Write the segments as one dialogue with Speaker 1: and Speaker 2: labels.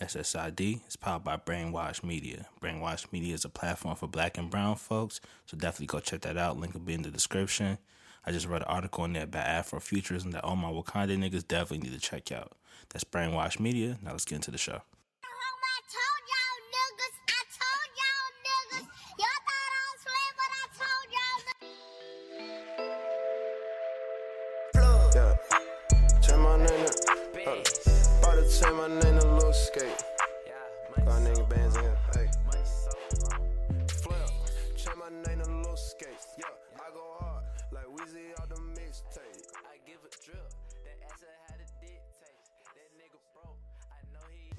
Speaker 1: SSID is powered by Brainwash Media. Brainwash Media is a platform for black and brown folks, so definitely go check that out. Link will be in the description. I just read an article in there about Afrofuturism that all my Wakanda niggas definitely need to check out. That's Brainwash Media. Now let's get into the show.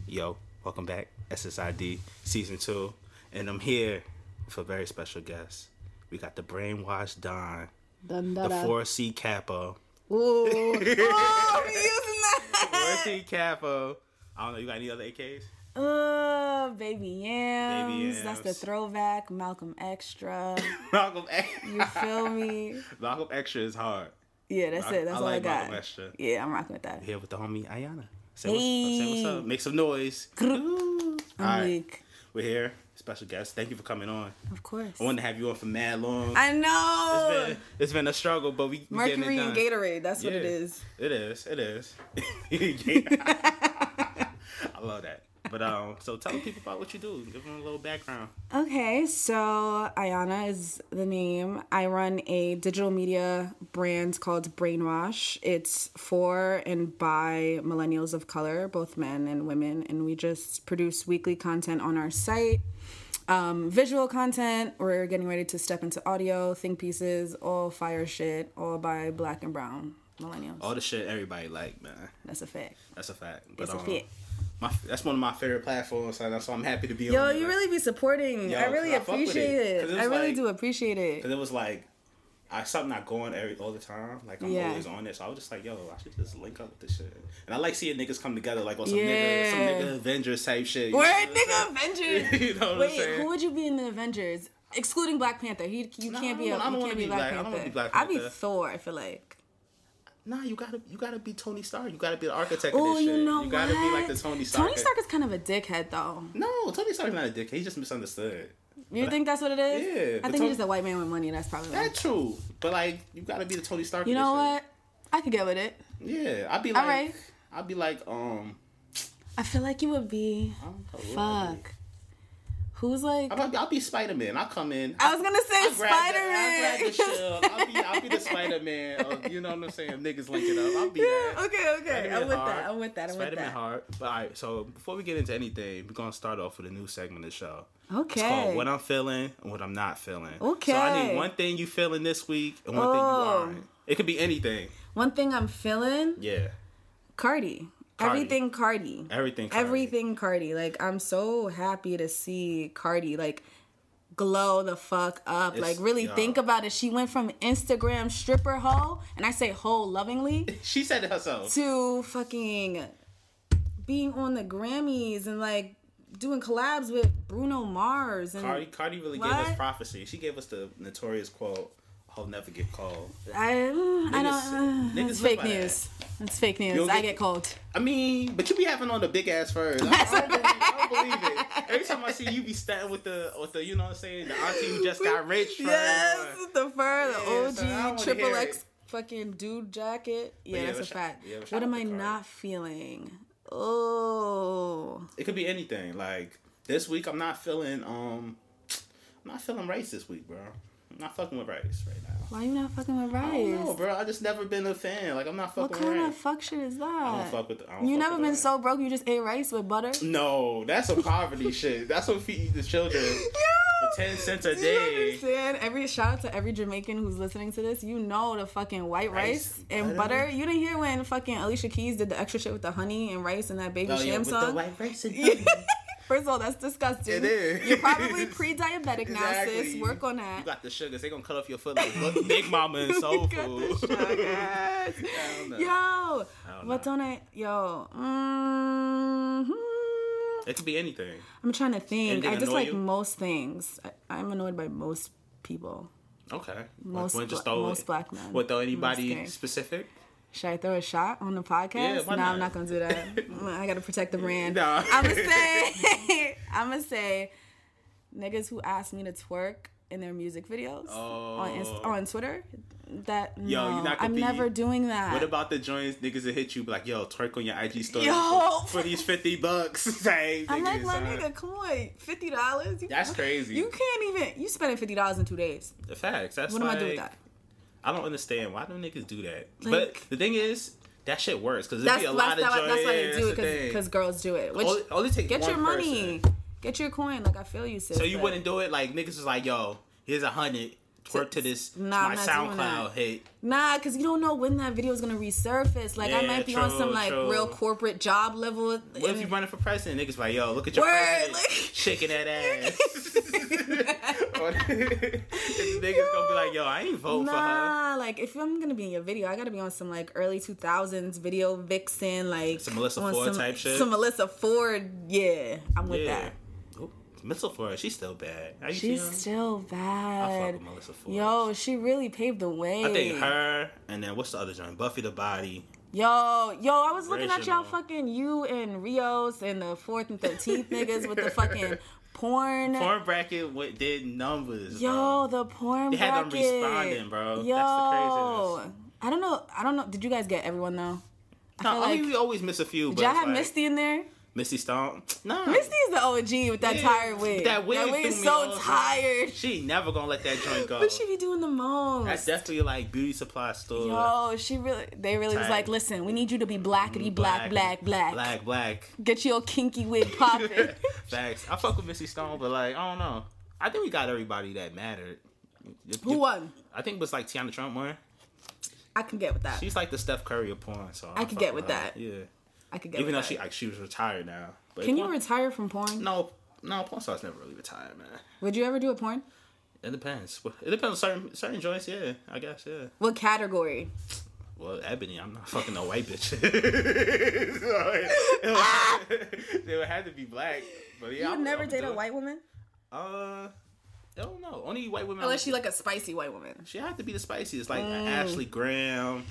Speaker 1: Yo, welcome back, SSID season two, and I'm here for a very special guest. We got the brainwashed Don,
Speaker 2: Dun, da,
Speaker 1: the
Speaker 2: da.
Speaker 1: four C Capo,
Speaker 2: Ooh.
Speaker 1: four
Speaker 2: oh, we using that.
Speaker 1: C Capo. I don't know. You got any other AKs?
Speaker 2: Uh, baby yams. That's the
Speaker 1: Yams.
Speaker 2: throwback. Malcolm Extra.
Speaker 1: Malcolm X.
Speaker 2: You feel me?
Speaker 1: Malcolm Extra is hard.
Speaker 2: Yeah, that's
Speaker 1: I-
Speaker 2: it.
Speaker 1: I
Speaker 2: That's all
Speaker 1: like
Speaker 2: I got.
Speaker 1: Malcolm Extra.
Speaker 2: Yeah, I'm rocking with that.
Speaker 1: Here with the homie Ayana. Say what's, say what's
Speaker 2: Hey.
Speaker 1: up. Make some noise. Ooh. All
Speaker 2: I'm
Speaker 1: right,
Speaker 2: weak.
Speaker 1: we're here. Special guest. Thank you for coming on.
Speaker 2: Of course.
Speaker 1: I wanted to have you on for mad long.
Speaker 2: I
Speaker 1: It's
Speaker 2: know.
Speaker 1: been, it's been a struggle, but we we getting
Speaker 2: Mercury
Speaker 1: it
Speaker 2: and
Speaker 1: done.
Speaker 2: Gatorade. That's what it
Speaker 1: Yeah.
Speaker 2: is.
Speaker 1: It is. It is. I love that. But um, so tell the people about what you do. Give them a little background.
Speaker 2: Okay, so Ayana is the name. I run a digital media brand called Brainwash. It's for and by millennials of color, both men and women, and we just produce weekly content on our site. Um, visual content, we're getting ready to step into audio, think pieces, all fire shit, all by black and brown millennials.
Speaker 1: All the shit everybody like, man.
Speaker 2: That's a fact.
Speaker 1: That's a fact. But
Speaker 2: That's a
Speaker 1: um,
Speaker 2: fact.
Speaker 1: my that's one of my favorite platforms, so that's why I'm happy to be
Speaker 2: Yo,
Speaker 1: on. it,
Speaker 2: you
Speaker 1: like-
Speaker 2: really be supporting.
Speaker 1: Yo,
Speaker 2: I really
Speaker 1: 'cause I fuck with it.
Speaker 2: appreciate it.
Speaker 1: 'Cause it was
Speaker 2: I really
Speaker 1: like-
Speaker 2: do appreciate it.
Speaker 1: Cause it was like, I something not going every all the time. Like I'm
Speaker 2: Yeah.
Speaker 1: always on it, so I was just like, yo, I should just link up with this shit. And I like seeing niggas come together, like on some nigga, some
Speaker 2: Yeah.
Speaker 1: nigga Avengers type shit. you
Speaker 2: Word,
Speaker 1: know what
Speaker 2: nigga,
Speaker 1: I'm
Speaker 2: Avengers.
Speaker 1: saying? you know what I'm
Speaker 2: Wait,
Speaker 1: saying?
Speaker 2: who would you be in the Avengers? Excluding Black Panther, he you
Speaker 1: No,
Speaker 2: can't be.
Speaker 1: I
Speaker 2: A,
Speaker 1: don't
Speaker 2: you
Speaker 1: wanna
Speaker 2: can't
Speaker 1: be
Speaker 2: be Black
Speaker 1: Black- I
Speaker 2: Panther.
Speaker 1: don't wanna be Black
Speaker 2: I'd be
Speaker 1: Panther.
Speaker 2: Thor. I feel like.
Speaker 1: Nah, you gotta you gotta be Tony Stark. You gotta be the architect of
Speaker 2: Oh,
Speaker 1: this shit.
Speaker 2: you know what?
Speaker 1: gotta be like the Tony Stark.
Speaker 2: Tony Stark is kind of a dickhead, though.
Speaker 1: No, Tony Stark's not a dickhead. He's just misunderstood.
Speaker 2: You think that's what it is?
Speaker 1: Yeah,
Speaker 2: I
Speaker 1: but
Speaker 2: think
Speaker 1: Tony-
Speaker 2: he's just a white man with money. That's probably. Why.
Speaker 1: That's true. But like, you gotta be the Tony Stark.
Speaker 2: You
Speaker 1: of
Speaker 2: know
Speaker 1: this
Speaker 2: what? I could get with it.
Speaker 1: shit. Yeah, I'd be like,
Speaker 2: All right.
Speaker 1: I'd be like, um,
Speaker 2: I feel like you would be.
Speaker 1: don't know who I'd
Speaker 2: Fuck. Who's like?
Speaker 1: I'd be, I'd be Spider Man. I come in.
Speaker 2: I was gonna say
Speaker 1: I'll grab the- I'll grab the
Speaker 2: Spider Man.
Speaker 1: shield. I'll be, I'll be the Spider Man. of You know what I'm saying? Niggas linking up. I'll be that.
Speaker 2: okay, okay.
Speaker 1: Spider-Man
Speaker 2: I'm with
Speaker 1: hard.
Speaker 2: that. I'm with that. I'm with
Speaker 1: Spider-Man
Speaker 2: that.
Speaker 1: hard. But all right, so before we get into anything, we're gonna start off with a new segment of the show. It's
Speaker 2: Okay.
Speaker 1: called What I'm Feeling and What I'm Not Feeling. So I
Speaker 2: Okay.
Speaker 1: need one thing you feeling this week and one
Speaker 2: Oh.
Speaker 1: thing you aren't. It could be anything.
Speaker 2: One thing I'm feeling.
Speaker 1: Yeah.
Speaker 2: Cardi.
Speaker 1: Cardi.
Speaker 2: Everything Cardi.
Speaker 1: Everything Cardi.
Speaker 2: Everything Cardi. Like I'm so happy to see Cardi like glow the fuck up.
Speaker 1: It's-
Speaker 2: like really
Speaker 1: yeah.
Speaker 2: think about it. She went from Instagram stripper hoe, and I say hoe lovingly,
Speaker 1: She said it herself.
Speaker 2: to fucking being on the Grammys and like doing collabs with Bruno Mars and
Speaker 1: Cardi, Cardi really gave us
Speaker 2: What?
Speaker 1: prophecy. She gave us the notorious quote, I'll never get cold.
Speaker 2: I, mm, I
Speaker 1: Niggas-
Speaker 2: don't uh,
Speaker 1: niggas
Speaker 2: it's
Speaker 1: live
Speaker 2: fake
Speaker 1: by that.
Speaker 2: news. It's fake news.
Speaker 1: You'll
Speaker 2: I
Speaker 1: get-
Speaker 2: get cold.
Speaker 1: I mean, but you be having on the big ass furs. I, I don't, believe- I don't believe it. Every time I see you be standing with the with the you know what I'm saying, the auntie who just got rich fur.
Speaker 2: Yes, the fur, the
Speaker 1: Yeah,
Speaker 2: OG
Speaker 1: so I don't wanna
Speaker 2: triple
Speaker 1: hear
Speaker 2: X
Speaker 1: it.
Speaker 2: fucking dude jacket. Yeah,
Speaker 1: you
Speaker 2: that's
Speaker 1: ever
Speaker 2: a
Speaker 1: sh-
Speaker 2: fact.
Speaker 1: you ever
Speaker 2: What
Speaker 1: shop
Speaker 2: am
Speaker 1: at
Speaker 2: I
Speaker 1: the cart?
Speaker 2: not feeling? Oh,
Speaker 1: It could be anything. Like this week, I'm not feeling um, I'm not feeling rice this week, bro. I'm not fucking with rice right now.
Speaker 2: why you not fucking with rice?
Speaker 1: I don't know, bro. I just never been a fan. Like I'm not
Speaker 2: What
Speaker 1: fucking
Speaker 2: kind
Speaker 1: with
Speaker 2: of
Speaker 1: rice.
Speaker 2: fuck shit is that?
Speaker 1: fuck with the- I don't
Speaker 2: you
Speaker 1: fuck
Speaker 2: never
Speaker 1: with
Speaker 2: been
Speaker 1: rice. Mm.
Speaker 2: so broke you just ate rice with butter.
Speaker 1: no, that's some poverty shit. That's what feed the children for ten cents a
Speaker 2: Do you
Speaker 1: day.
Speaker 2: understand? Every shout out to every Jamaican who's listening to this. You know the fucking white rice,
Speaker 1: Rice,
Speaker 2: and butter.
Speaker 1: butter.
Speaker 2: You didn't hear when fucking Alicia Keys did the extra shit with the honey and rice and that baby
Speaker 1: Oh,
Speaker 2: sham
Speaker 1: yeah, with the
Speaker 2: song.
Speaker 1: white rice and
Speaker 2: First of all, that's disgusting.
Speaker 1: It is.
Speaker 2: You're probably pre-diabetic now,
Speaker 1: Exactly.
Speaker 2: sis. Work on
Speaker 1: You
Speaker 2: that.
Speaker 1: got the sugars. They gonna cut off your foot like Big- Big Mama and Soul
Speaker 2: the
Speaker 1: Food.
Speaker 2: sugars. yo, what's on it? Yo, mhm.
Speaker 1: It could be anything.
Speaker 2: I'm trying to think.
Speaker 1: Anything
Speaker 2: I just
Speaker 1: annoy
Speaker 2: like
Speaker 1: you?
Speaker 2: most things. I, I'm annoyed by most people.
Speaker 1: Okay.
Speaker 2: Most
Speaker 1: Wanna just
Speaker 2: bla-
Speaker 1: throw
Speaker 2: most
Speaker 1: it-
Speaker 2: black men.
Speaker 1: What though?
Speaker 2: Most
Speaker 1: Anybody
Speaker 2: gay.
Speaker 1: specific?
Speaker 2: Should I throw a shot on the podcast?
Speaker 1: Yeah, why
Speaker 2: no, I'm
Speaker 1: not?
Speaker 2: not gonna do that. I gotta protect the brand.
Speaker 1: Nah.
Speaker 2: I'ma say I'ma say niggas who ask me to twerk in their music videos on Inst- on Twitter. That no,
Speaker 1: you're Oh. not gonna
Speaker 2: I'm
Speaker 1: be-
Speaker 2: never doing that.
Speaker 1: What about the joints niggas that hit you be like, yo, twerk on your IG story
Speaker 2: Yo.
Speaker 1: For, for these 50 bucks? like,
Speaker 2: I'm like,
Speaker 1: niggas,
Speaker 2: my
Speaker 1: uh,
Speaker 2: nigga, come on, fifty dollars.
Speaker 1: That's crazy.
Speaker 2: You can't even. You spending fifty dollars in two days.
Speaker 1: The facts. That's
Speaker 2: What am I doing with
Speaker 1: like-
Speaker 2: that?
Speaker 1: I don't understand. Why do niggas do that?
Speaker 2: Like-
Speaker 1: but the thing is, that shit works. Because there'd
Speaker 2: That's
Speaker 1: be a
Speaker 2: that's,
Speaker 1: lot of
Speaker 2: how-
Speaker 1: joints.
Speaker 2: that's why
Speaker 1: yeah,
Speaker 2: they do
Speaker 1: that's the
Speaker 2: it
Speaker 1: thing.
Speaker 2: because girls do it. Which
Speaker 1: Only- only take
Speaker 2: get
Speaker 1: one
Speaker 2: your money, get your coin. Like I feel you, sis.
Speaker 1: So you
Speaker 2: but-
Speaker 1: wouldn't do it? Like, niggas is like, yo, here's a hundred. Twerk to this
Speaker 2: Nah,
Speaker 1: my
Speaker 2: I'm not doing that.
Speaker 1: SoundCloud hit.
Speaker 2: Nah, because you don't know when that video is gonna resurface. Like I
Speaker 1: Yeah,
Speaker 2: might be on
Speaker 1: true,
Speaker 2: some like
Speaker 1: true.
Speaker 2: real corporate job level.
Speaker 1: What if you running for president? Niggas like, yo, look at your
Speaker 2: Word,
Speaker 1: president
Speaker 2: like-
Speaker 1: shaking that ass. Or- niggas gonna be like, yo, I ain't vote Oh, for her.
Speaker 2: Nah, like if I'm gonna be in your video, I gotta be on some like early 2000s video vixen, like
Speaker 1: Some Melissa
Speaker 2: on
Speaker 1: Ford
Speaker 2: some,
Speaker 1: type shit?
Speaker 2: Some Melissa Ford, yeah, I'm with
Speaker 1: Yeah.
Speaker 2: that.
Speaker 1: Ooh, Melissa Ford, she's still bad. Are you seeing
Speaker 2: She's
Speaker 1: her?
Speaker 2: still
Speaker 1: I
Speaker 2: bad.
Speaker 1: fuck with Melissa Ford.
Speaker 2: Yo, she really paved the way.
Speaker 1: I think her, and then what's the other joint? Buffy the Body.
Speaker 2: Yo, yo, I was looking at y'all
Speaker 1: Original.
Speaker 2: fucking you and Rios and the fourth and thirteenth niggas with the fucking porn.
Speaker 1: Porn bracket what did numbers.
Speaker 2: Yo,
Speaker 1: bro.
Speaker 2: the porn
Speaker 1: They had them
Speaker 2: bracket.
Speaker 1: responding, bro. That's the craziness.
Speaker 2: I don't know. I don't know. Did you guys get everyone though?
Speaker 1: No,
Speaker 2: feel
Speaker 1: I mean,
Speaker 2: like-
Speaker 1: we always miss a few.
Speaker 2: Did
Speaker 1: But
Speaker 2: y'all
Speaker 1: it's
Speaker 2: have
Speaker 1: like,
Speaker 2: Misty in there?
Speaker 1: Missy Stomp. No.
Speaker 2: Misty is the OG with that
Speaker 1: Yeah.
Speaker 2: tired wig.
Speaker 1: That wig, threw
Speaker 2: is
Speaker 1: me
Speaker 2: so
Speaker 1: off.
Speaker 2: tired.
Speaker 1: She ain't never gonna let that joint go.
Speaker 2: But she be doing the most.
Speaker 1: That's definitely like beauty supply store.
Speaker 2: Yo, she really. They really was
Speaker 1: Tired.
Speaker 2: like, listen, we need you to be blackity black, black, black.
Speaker 1: black, black.
Speaker 2: Get your kinky wig popping.
Speaker 1: Facts. I fuck with Missy Stone, but like I don't know. I think we got everybody that mattered.
Speaker 2: Who won?
Speaker 1: I think it was like Tiana Trump won.
Speaker 2: I can get with that.
Speaker 1: She's like the Steph Curry of porn, so I,
Speaker 2: could
Speaker 1: fuck
Speaker 2: get with
Speaker 1: her.
Speaker 2: that.
Speaker 1: Yeah,
Speaker 2: I could get
Speaker 1: even
Speaker 2: with
Speaker 1: though
Speaker 2: that.
Speaker 1: she like she was retired now. But
Speaker 2: Can you
Speaker 1: porn-
Speaker 2: retire from porn?
Speaker 1: No, no, porn stars never really retired, man.
Speaker 2: Would you ever do a porn?
Speaker 1: It depends. It depends on certain certain joints. Yeah, I guess. Yeah.
Speaker 2: What category?
Speaker 1: Well, Ebony, I'm not fucking no white bitch. So, it- they would have to be black. But yeah, I I do it.
Speaker 2: woman
Speaker 1: Uh, I don't know. Only white women.
Speaker 2: unless Mm. she like a spicy white woman.
Speaker 1: She had to be the spiciest, like Ashley Graham.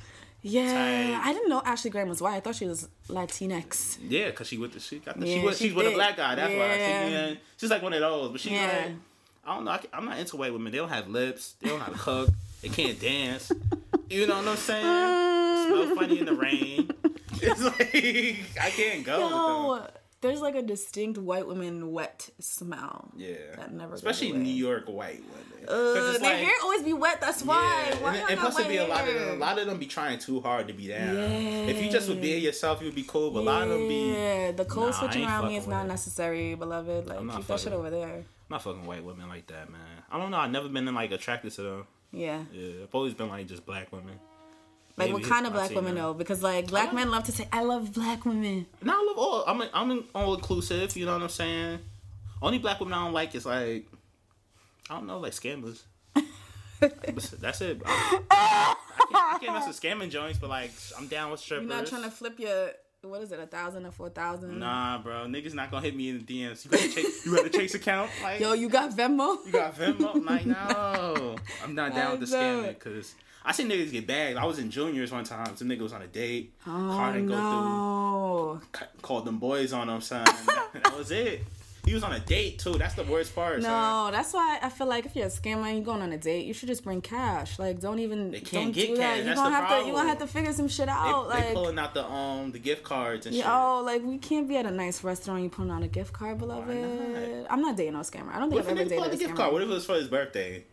Speaker 2: Yeah,
Speaker 1: Tight.
Speaker 2: I didn't know Ashley Graham was white. I thought she was Latinx.
Speaker 1: Yeah, cause she with the she got the,
Speaker 2: Yeah,
Speaker 1: she was
Speaker 2: she
Speaker 1: she's with a
Speaker 2: thick.
Speaker 1: black guy. That's why she,
Speaker 2: Yeah.
Speaker 1: yeah, she's like one of those. But she
Speaker 2: Yeah.
Speaker 1: like I don't know. I, can- I'm not into white women. They don't have lips. They don't have hook. They can't dance. You know what I'm saying? Smell funny in the rain. It's like I can't go. with them.
Speaker 2: Yo, there's like a distinct white woman wet smell.
Speaker 1: Yeah,
Speaker 2: that never. goes
Speaker 1: especially
Speaker 2: away.
Speaker 1: New York white women.
Speaker 2: Uh,
Speaker 1: Cause it's
Speaker 2: their
Speaker 1: like-
Speaker 2: hair always be wet. That's why.
Speaker 1: Yeah,
Speaker 2: why
Speaker 1: and,
Speaker 2: y'all
Speaker 1: and
Speaker 2: got
Speaker 1: plus it'd be a
Speaker 2: white
Speaker 1: lot of
Speaker 2: hair?
Speaker 1: them, a lot of them be trying too hard to be down. If you just would be yourself, you'd be cool. But a lot of them be,
Speaker 2: Yeah, the
Speaker 1: Nah, I
Speaker 2: cold switching
Speaker 1: ain't
Speaker 2: around me
Speaker 1: fucking
Speaker 2: is
Speaker 1: with
Speaker 2: not
Speaker 1: it.
Speaker 2: necessary, beloved. Like
Speaker 1: not
Speaker 2: keep that shit
Speaker 1: fucking
Speaker 2: over
Speaker 1: with
Speaker 2: there.
Speaker 1: I'm not fucking white women like that, man. I don't know. I've never been like attracted to them.
Speaker 2: Yeah.
Speaker 1: Yeah, I've always been like just black women.
Speaker 2: Like
Speaker 1: Maybe
Speaker 2: what
Speaker 1: it's
Speaker 2: kind of black women
Speaker 1: Latina.
Speaker 2: though? Because like black men love to say, "I love black women."
Speaker 1: And I love all. I'm I'm all inclusive. You know what I'm saying? Only black women I don't like is like, I don't know, like scammers. That's it. I, I can't, I can't mess with scamming joints, but like I'm down with strippers.
Speaker 2: You're not trying to flip your what is it, a thousand or four thousand?
Speaker 1: Nah, bro, niggas not gonna hit me in the DMs. You got a chase, you got a chase account? Like,
Speaker 2: Yo, you got Venmo?
Speaker 1: you got Venmo? I'm like, no, I'm not down with the
Speaker 2: I know.
Speaker 1: scamming because I seen niggas get bagged. I was in juniors one time. Some nigga was on a date, hard to go
Speaker 2: Oh, no.
Speaker 1: through, c- called them boys on them, son. that was it. He was on a date too. That's the worst part. son.
Speaker 2: No, that's why I feel like if you're a scammer and you're going on a date, you should just bring cash. Like, don't even
Speaker 1: They can't
Speaker 2: don't
Speaker 1: get
Speaker 2: do
Speaker 1: cash.
Speaker 2: that. You're
Speaker 1: That's
Speaker 2: gonna
Speaker 1: the
Speaker 2: have to
Speaker 1: problem.
Speaker 2: you gonna have to figure some shit
Speaker 1: They,
Speaker 2: out.
Speaker 1: they
Speaker 2: oh, like, oh,
Speaker 1: pulling out the um the gift cards and shit.
Speaker 2: yo, like we can't be at a nice restaurant. You pulling out a gift card, beloved. I'm not dating no scammer. I don't
Speaker 1: What
Speaker 2: think
Speaker 1: if a
Speaker 2: I've ever
Speaker 1: nigga pull out
Speaker 2: dated
Speaker 1: the
Speaker 2: a
Speaker 1: gift card?
Speaker 2: scammer.
Speaker 1: What if it was for his birthday?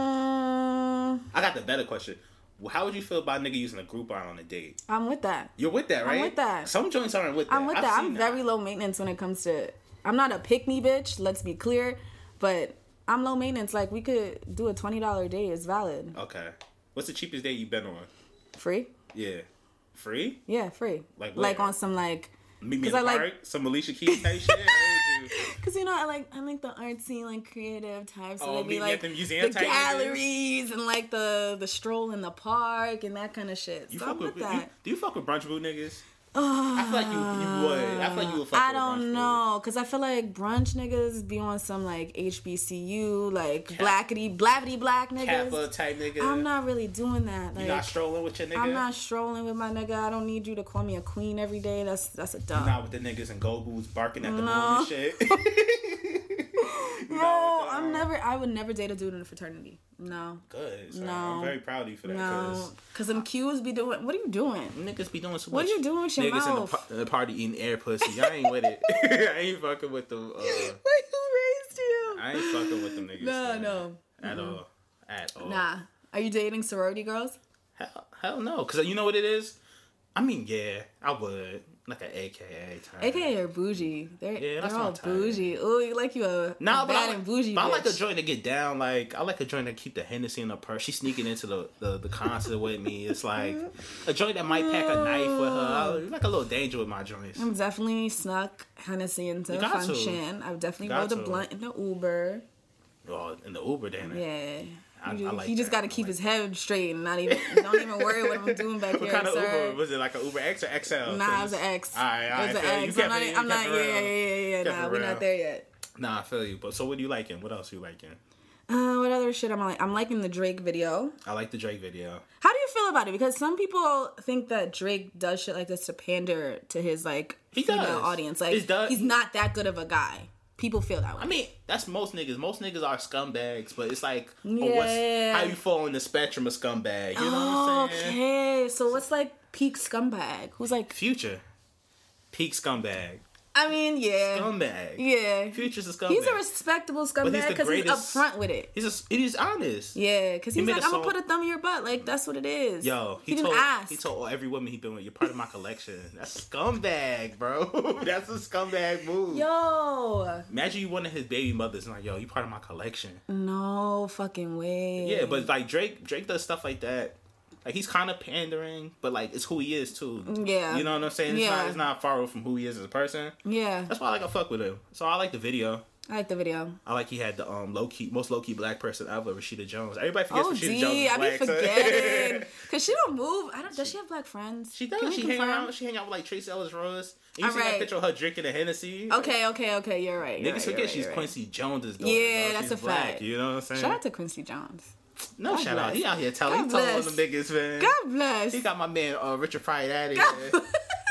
Speaker 2: Um,
Speaker 1: I got the better question. How would you feel about a nigga using a Groupon on a date?
Speaker 2: I'm with that.
Speaker 1: You're with that, right?
Speaker 2: with that.
Speaker 1: Some joints aren't with that.
Speaker 2: I'm with
Speaker 1: I've
Speaker 2: that.
Speaker 1: seen
Speaker 2: I'm very low maintenance when it comes to. I'm not a pick me bitch. Let's be clear, but I'm low maintenance. Like we could do a twenty dollar day. It's valid,
Speaker 1: Okay. What's the cheapest date you've been on?
Speaker 2: free.
Speaker 1: Yeah. Free?
Speaker 2: Yeah, free.
Speaker 1: Like
Speaker 2: like
Speaker 1: where?
Speaker 2: on some like.
Speaker 1: Meet me in
Speaker 2: 'Cause
Speaker 1: the
Speaker 2: I like-
Speaker 1: park? Some Alicia Keys type shit? Or would you-
Speaker 2: Cause you know I like I like the artsy like creative types.
Speaker 1: Oh,
Speaker 2: So it'd
Speaker 1: meet
Speaker 2: be
Speaker 1: me at
Speaker 2: like
Speaker 1: the
Speaker 2: the,
Speaker 1: museum type
Speaker 2: galleries and like the the stroll in the park and that kind of shit.
Speaker 1: You
Speaker 2: so
Speaker 1: fuck
Speaker 2: I'm
Speaker 1: with,
Speaker 2: with
Speaker 1: you,
Speaker 2: that.
Speaker 1: do you fuck with brunch food niggas? I feel like you, you would. I feel like you would fuck
Speaker 2: I
Speaker 1: with brunch
Speaker 2: don't
Speaker 1: food.
Speaker 2: know, cause I feel like brunch niggas be on some like HBCU like blackety blabbity black niggas.
Speaker 1: Kappa type nigga.
Speaker 2: I'm not really doing that. Like
Speaker 1: You not strolling with your nigga.
Speaker 2: I'm not strolling with my nigga. I don't need you to call me a queen every day. That's that's a dub.
Speaker 1: Not with the niggas and gold boots barking at the moon and shit.
Speaker 2: no,
Speaker 1: uh,
Speaker 2: I'm never. I would never date a dude in a fraternity. No,
Speaker 1: Good. So I'm
Speaker 2: No.
Speaker 1: very proud of you for that.
Speaker 2: no,
Speaker 1: 'cause
Speaker 2: cause them Qs be doing. What are you doing?
Speaker 1: Niggas be doing so
Speaker 2: What
Speaker 1: much.
Speaker 2: you doing with your
Speaker 1: niggas in the,
Speaker 2: mouth?
Speaker 1: par- in the party eating air pussy. I ain't with it. I ain't fucking with the. Uh,
Speaker 2: raised you?
Speaker 1: I ain't fucking with them niggas.
Speaker 2: No,
Speaker 1: man.
Speaker 2: no. Mm-hmm.
Speaker 1: At all. At all.
Speaker 2: Nah. Are you dating sorority girls?
Speaker 1: Hell, hell no. Because you know what it is? I mean, yeah, I would. Like an AKA type.
Speaker 2: AKA are bougie. They're,
Speaker 1: Yeah, that's
Speaker 2: they're
Speaker 1: what
Speaker 2: all
Speaker 1: I'm tired of.
Speaker 2: bougie. Ooh, you like you a
Speaker 1: Nah,
Speaker 2: a
Speaker 1: but, I
Speaker 2: bad
Speaker 1: like,
Speaker 2: and bougie.
Speaker 1: but I like a
Speaker 2: bitch.
Speaker 1: joint to get down. Like I like a joint to keep the Hennessy in her purse. She's sneaking into the, the, the concert with me. It's like a joint that might pack a knife with her. I like a little danger with my joints.
Speaker 2: I've definitely snuck Hennessy into
Speaker 1: You
Speaker 2: a
Speaker 1: got to.
Speaker 2: function. I've definitely
Speaker 1: got
Speaker 2: rolled a
Speaker 1: to.
Speaker 2: blunt in the Uber.
Speaker 1: Oh, in the Uber, damn it.
Speaker 2: Yeah.
Speaker 1: I-
Speaker 2: You-
Speaker 1: I like
Speaker 2: he just
Speaker 1: that.
Speaker 2: got to
Speaker 1: I
Speaker 2: keep
Speaker 1: like
Speaker 2: his head straight and not even don't even worry what I'm doing back
Speaker 1: What
Speaker 2: here,
Speaker 1: kind of
Speaker 2: sir.
Speaker 1: Uber was it? Like an Uber X or XL?
Speaker 2: Nah, it
Speaker 1: Cause-
Speaker 2: was an X.
Speaker 1: All right, all right.
Speaker 2: it was
Speaker 1: feel you.
Speaker 2: an
Speaker 1: You
Speaker 2: X.
Speaker 1: kept
Speaker 2: I'm not.
Speaker 1: it- you
Speaker 2: I'm
Speaker 1: kept
Speaker 2: not.
Speaker 1: it
Speaker 2: Yeah, yeah,
Speaker 1: around.
Speaker 2: yeah, yeah, yeah.
Speaker 1: Kept
Speaker 2: Nah,
Speaker 1: it
Speaker 2: we're
Speaker 1: around.
Speaker 2: not there yet.
Speaker 1: Nah, I feel you. But so, what do you liking? What else you liking?
Speaker 2: Uh, what other shit am I like? I'm liking the Drake video.
Speaker 1: I like the Drake video.
Speaker 2: How do you feel about it? Because some people think that Drake does shit like this to pander to his like
Speaker 1: He
Speaker 2: female
Speaker 1: does.
Speaker 2: audience. Like
Speaker 1: He does.
Speaker 2: he's not that good of a guy. People feel that way.
Speaker 1: I mean, that's most niggas. Most niggas are scumbags, but it's like, oh,
Speaker 2: Yeah.
Speaker 1: what's how you fall in the spectrum of scumbag? You know what I'm saying?
Speaker 2: okay. So what's like peak scumbag? Who's like?
Speaker 1: Future, peak scumbag,
Speaker 2: I mean, yeah,
Speaker 1: scumbag.
Speaker 2: Uh, yeah.
Speaker 1: Future's a scumbag.
Speaker 2: He's a respectable scumbag
Speaker 1: the
Speaker 2: because he's,
Speaker 1: greatest-
Speaker 2: upfront with it.
Speaker 1: He's a, he's honest.
Speaker 2: Yeah, because
Speaker 1: He
Speaker 2: he's
Speaker 1: made
Speaker 2: like,
Speaker 1: a
Speaker 2: I'm gonna
Speaker 1: song-
Speaker 2: put a thumb in your butt. Like that's what it is.
Speaker 1: Yo, he,
Speaker 2: he,
Speaker 1: told
Speaker 2: didn't ask.
Speaker 1: he told every woman he been with, you're part of my collection. That's scumbag, bro. That's a scumbag move.
Speaker 2: Yo,
Speaker 1: Imagine you one of his baby mothers and like, yo, you part of my collection.
Speaker 2: no fucking way.
Speaker 1: Yeah, but like Drake, Drake does stuff like that. Like he's kind of pandering, but like it's who he is too.
Speaker 2: Yeah.
Speaker 1: you know what I'm saying. It's not,
Speaker 2: Yeah.
Speaker 1: it's not far from who he is as a person.
Speaker 2: yeah,
Speaker 1: That's why I like I fuck with him. So I like the video.
Speaker 2: I like the video.
Speaker 1: I like he had the um low key most low key black person ever, Rashida Jones. Everybody forgets
Speaker 2: Oh,
Speaker 1: Rashida
Speaker 2: D,
Speaker 1: Jones. is
Speaker 2: I be
Speaker 1: black, so-
Speaker 2: forgetting because she don't move. I don't. Does she have black friends?
Speaker 1: she does.
Speaker 2: Can we
Speaker 1: She hang
Speaker 2: confirm?
Speaker 1: out. She hang out with like Trace Ellis Ross. You
Speaker 2: All
Speaker 1: see that
Speaker 2: right.
Speaker 1: picture of her drinking a Hennessy.
Speaker 2: Okay, okay, okay. You're right.
Speaker 1: Niggas
Speaker 2: you're right,
Speaker 1: forget
Speaker 2: you're right,
Speaker 1: she's
Speaker 2: you're right.
Speaker 1: Quincy Jones's daughter.
Speaker 2: Yeah,
Speaker 1: bro.
Speaker 2: that's
Speaker 1: She's
Speaker 2: a
Speaker 1: black,
Speaker 2: fact.
Speaker 1: You know what I'm saying?
Speaker 2: Shout out to Quincy Jones.
Speaker 1: no shout out.
Speaker 2: bless.
Speaker 1: He out here telling. He
Speaker 2: God
Speaker 1: telling all them
Speaker 2: bless.
Speaker 1: niggas, man.
Speaker 2: God bless.
Speaker 1: He got my man uh, Richard Pryor out of here.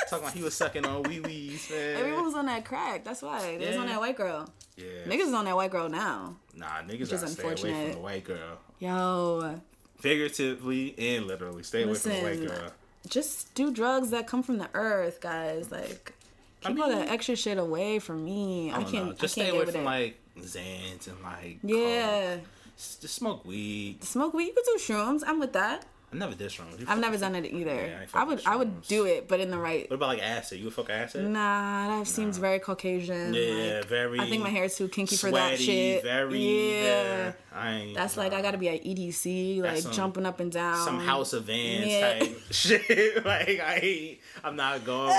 Speaker 1: Talking about he was sucking on wee wees, man.
Speaker 2: Everyone was on that crack. That's why they was on
Speaker 1: Yeah.
Speaker 2: that white girl.
Speaker 1: yeah.
Speaker 2: Niggas is on that white girl now.
Speaker 1: Nah, niggas
Speaker 2: is
Speaker 1: gotta stay away from
Speaker 2: unfortunate.
Speaker 1: the white girl.
Speaker 2: Yo,
Speaker 1: Figuratively and literally. Stay away from the white
Speaker 2: Listen,
Speaker 1: girl.
Speaker 2: just do drugs that come from the earth, guys. Like, keep all that extra shit away from me. I,
Speaker 1: I don't
Speaker 2: can't.
Speaker 1: know. Just
Speaker 2: I can't
Speaker 1: stay away
Speaker 2: get with
Speaker 1: from
Speaker 2: it.
Speaker 1: like Xans and like
Speaker 2: yeah,
Speaker 1: coke. S- Just smoke weed.
Speaker 2: smoke weed. You could do shrooms. I'm with that.
Speaker 1: I never did wrong. You
Speaker 2: I've
Speaker 1: fuck-
Speaker 2: never done it either.
Speaker 1: Yeah, I ain't
Speaker 2: I
Speaker 1: fucking
Speaker 2: would.
Speaker 1: with
Speaker 2: I would
Speaker 1: shrooms.
Speaker 2: do it, but in the right.
Speaker 1: What about like acid? You would fuck acid?
Speaker 2: Nah, that seems very Caucasian.
Speaker 1: Yeah,
Speaker 2: like,
Speaker 1: very.
Speaker 2: I think my hair is too kinky
Speaker 1: sweaty,
Speaker 2: for that shit.
Speaker 1: Very. Yeah. I ain't,
Speaker 2: That's like I gotta be at EDC, like
Speaker 1: some-
Speaker 2: jumping up and down.
Speaker 1: some House of Vans
Speaker 2: Yeah.
Speaker 1: type shit. like I, ain't- I'm not going.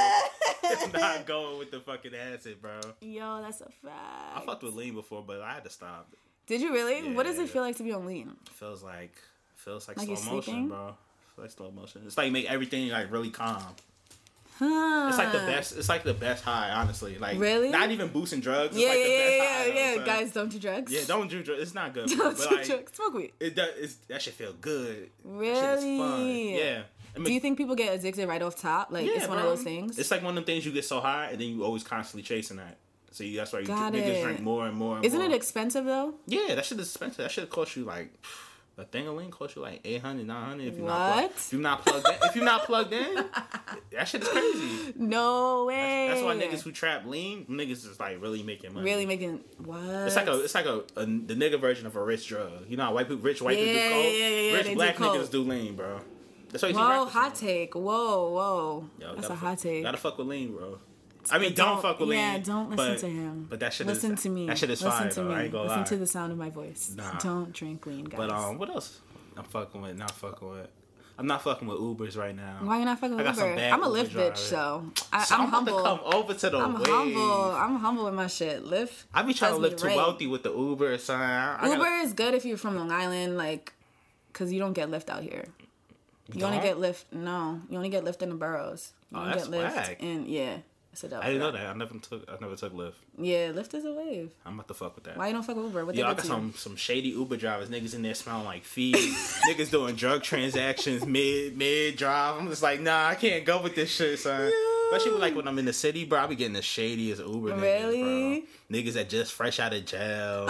Speaker 1: I'm not going with the fucking acid, bro.
Speaker 2: Yo, that's a
Speaker 1: I
Speaker 2: fact.
Speaker 1: fucked with lean before, but I had to stop.
Speaker 2: Did you really? what does
Speaker 1: Yeah.
Speaker 2: it feel like to be on lean?
Speaker 1: Feels like feels like,
Speaker 2: Like you're
Speaker 1: slow motion,
Speaker 2: sleeping?
Speaker 1: bro. Feels like slow motion. It's like make everything like really calm.
Speaker 2: Huh.
Speaker 1: It's like the best. It's like the best high, honestly. Like
Speaker 2: Really?
Speaker 1: Not even boosting drugs. It's
Speaker 2: Yeah,
Speaker 1: like
Speaker 2: yeah,
Speaker 1: the
Speaker 2: yeah,
Speaker 1: best
Speaker 2: yeah,
Speaker 1: high, you know
Speaker 2: yeah,
Speaker 1: what
Speaker 2: yeah.
Speaker 1: I'm saying?
Speaker 2: Guys, don't do drugs.
Speaker 1: Yeah, don't do drugs. It's not good.
Speaker 2: Don't
Speaker 1: but
Speaker 2: do
Speaker 1: like,
Speaker 2: drugs. Smoke weed.
Speaker 1: It does. It's, that should feel good. That shit is fun.
Speaker 2: Really?
Speaker 1: Yeah. I mean,
Speaker 2: Do you think people get addicted right off top? Like
Speaker 1: Yeah,
Speaker 2: it's one
Speaker 1: bro.
Speaker 2: of those things.
Speaker 1: It's like one of them things you get so high and then you always constantly chasing that. So you, that's why you
Speaker 2: Got
Speaker 1: niggas
Speaker 2: it.
Speaker 1: drink more and more. And
Speaker 2: Isn't it
Speaker 1: more.
Speaker 2: expensive though?
Speaker 1: Yeah, that shit is expensive. That should cost you like a thing a link cost you like 800, 900 if you're not plugged.
Speaker 2: What?
Speaker 1: If you're not plugged in, if you're not plugged in, that shit is crazy.
Speaker 2: No way.
Speaker 1: That's why niggas who trap lean, niggas is like really making money.
Speaker 2: really making what?
Speaker 1: It's like a, it's like a, a the nigga version of a rich drug. You know, how white people, rich white people do
Speaker 2: Yeah,
Speaker 1: coke.
Speaker 2: yeah, yeah, yeah,
Speaker 1: rich
Speaker 2: they do
Speaker 1: black
Speaker 2: coke.
Speaker 1: niggas do lean, bro. That's why you see
Speaker 2: Whoa,
Speaker 1: rappers
Speaker 2: hot
Speaker 1: do.
Speaker 2: take. Whoa, whoa.
Speaker 1: Yo,
Speaker 2: That's
Speaker 1: gotta
Speaker 2: a
Speaker 1: fuck-
Speaker 2: hot take.
Speaker 1: Gotta fuck with lean, bro. I mean, don't, fuck with lean.
Speaker 2: Yeah, don't listen
Speaker 1: but-
Speaker 2: to him.
Speaker 1: But that shit
Speaker 2: listen
Speaker 1: is
Speaker 2: to me.
Speaker 1: That shit is
Speaker 2: listen
Speaker 1: fire.
Speaker 2: to
Speaker 1: though.
Speaker 2: me.
Speaker 1: I ain't gonna
Speaker 2: listen
Speaker 1: lie.
Speaker 2: to the sound of my voice.
Speaker 1: Nah.
Speaker 2: Don't drink lean, guys.
Speaker 1: But um, what else? I'm fucking with. Not fucking with. I'm not fucking with Ubers right now.
Speaker 2: why you not fucking
Speaker 1: I
Speaker 2: with
Speaker 1: got some
Speaker 2: Uber?
Speaker 1: bad
Speaker 2: I'm a
Speaker 1: Uber
Speaker 2: Lyft bitch,
Speaker 1: drivers.
Speaker 2: so I,
Speaker 1: So
Speaker 2: I'm,
Speaker 1: about to
Speaker 2: humble.
Speaker 1: come over to the
Speaker 2: I'm
Speaker 1: wave.
Speaker 2: humble. I'm humble with my shit. Lyft.
Speaker 1: I be trying to
Speaker 2: does
Speaker 1: look
Speaker 2: me
Speaker 1: too
Speaker 2: right.
Speaker 1: wealthy with the Uber sign. I
Speaker 2: Uber
Speaker 1: gotta-
Speaker 2: is good if you're from Long Island, like, cause you don't get Lyft out here. You only
Speaker 1: don't?
Speaker 2: get Lyft. No, you only get Lyft in the boroughs. You
Speaker 1: Oh,
Speaker 2: only
Speaker 1: that's
Speaker 2: get Lyft
Speaker 1: whack.
Speaker 2: in yeah. It's a dope.
Speaker 1: I didn't know that. I never took. I never took Lyft.
Speaker 2: Yeah, Lyft is a wave.
Speaker 1: I'm about to fuck with that.
Speaker 2: Why you don't fuck with Uber? What
Speaker 1: Yo,
Speaker 2: they
Speaker 1: I
Speaker 2: do
Speaker 1: got
Speaker 2: to you?
Speaker 1: some some shady Uber drivers. Niggas in there smelling like feet. niggas doing drug transactions mid mid drive. I'm just like, nah, I can't go with this shit, son. Especially like when I'm in the city, bro. I be getting the shadiest Uber. Niggas,
Speaker 2: Really? Oh,
Speaker 1: bro. niggas that just fresh out of jail.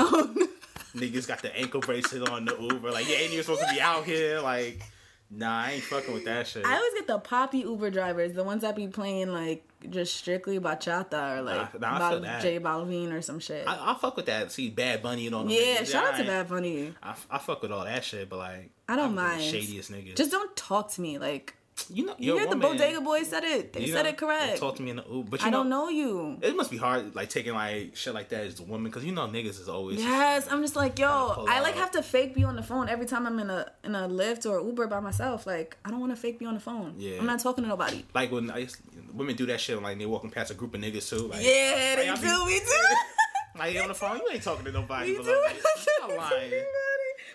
Speaker 1: niggas got the ankle bracelet on the Uber. Like, yeah, ain't even supposed to be out here. Like, nah, I ain't fucking with that shit.
Speaker 2: I always get the poppy Uber drivers, the ones that be playing like just strictly bachata or like
Speaker 1: nah, I feel
Speaker 2: Bal-
Speaker 1: that.
Speaker 2: J Balvin or some shit.
Speaker 1: I, I fuck with that. See Bad Bunny and all. them
Speaker 2: yeah,
Speaker 1: niggas.
Speaker 2: shout out
Speaker 1: I
Speaker 2: to
Speaker 1: ain't-
Speaker 2: Bad Bunny.
Speaker 1: I, I fuck with all that shit, but like,
Speaker 2: I don't
Speaker 1: I'm with
Speaker 2: mind.
Speaker 1: the shadiest niggas.
Speaker 2: Just don't talk to me like
Speaker 1: you know,
Speaker 2: you
Speaker 1: your
Speaker 2: heard the
Speaker 1: woman-
Speaker 2: Bodega Boys said it. They
Speaker 1: You
Speaker 2: said
Speaker 1: know,
Speaker 2: it correct.
Speaker 1: they Talk to me in the Uber, but you
Speaker 2: I don't know you.
Speaker 1: It must be hard, like taking like shit like that as a woman, because you know niggas is always.
Speaker 2: Yes, I'm just like, yo,
Speaker 1: pull
Speaker 2: I like
Speaker 1: out.
Speaker 2: have to fake be on the phone every time I'm in a in a Lyft or Uber by myself. Like, I don't want to fake be on the phone.
Speaker 1: Yeah.
Speaker 2: I'm not talking to nobody.
Speaker 1: Like when I used, women do that shit, when, like they walking past a group of niggas too. Like,
Speaker 2: Yeah, they
Speaker 1: like, I be-
Speaker 2: do. We do.
Speaker 1: Like on the phone, you ain't talking to nobody.
Speaker 2: we
Speaker 1: but,
Speaker 2: do.
Speaker 1: like, I'm not lying.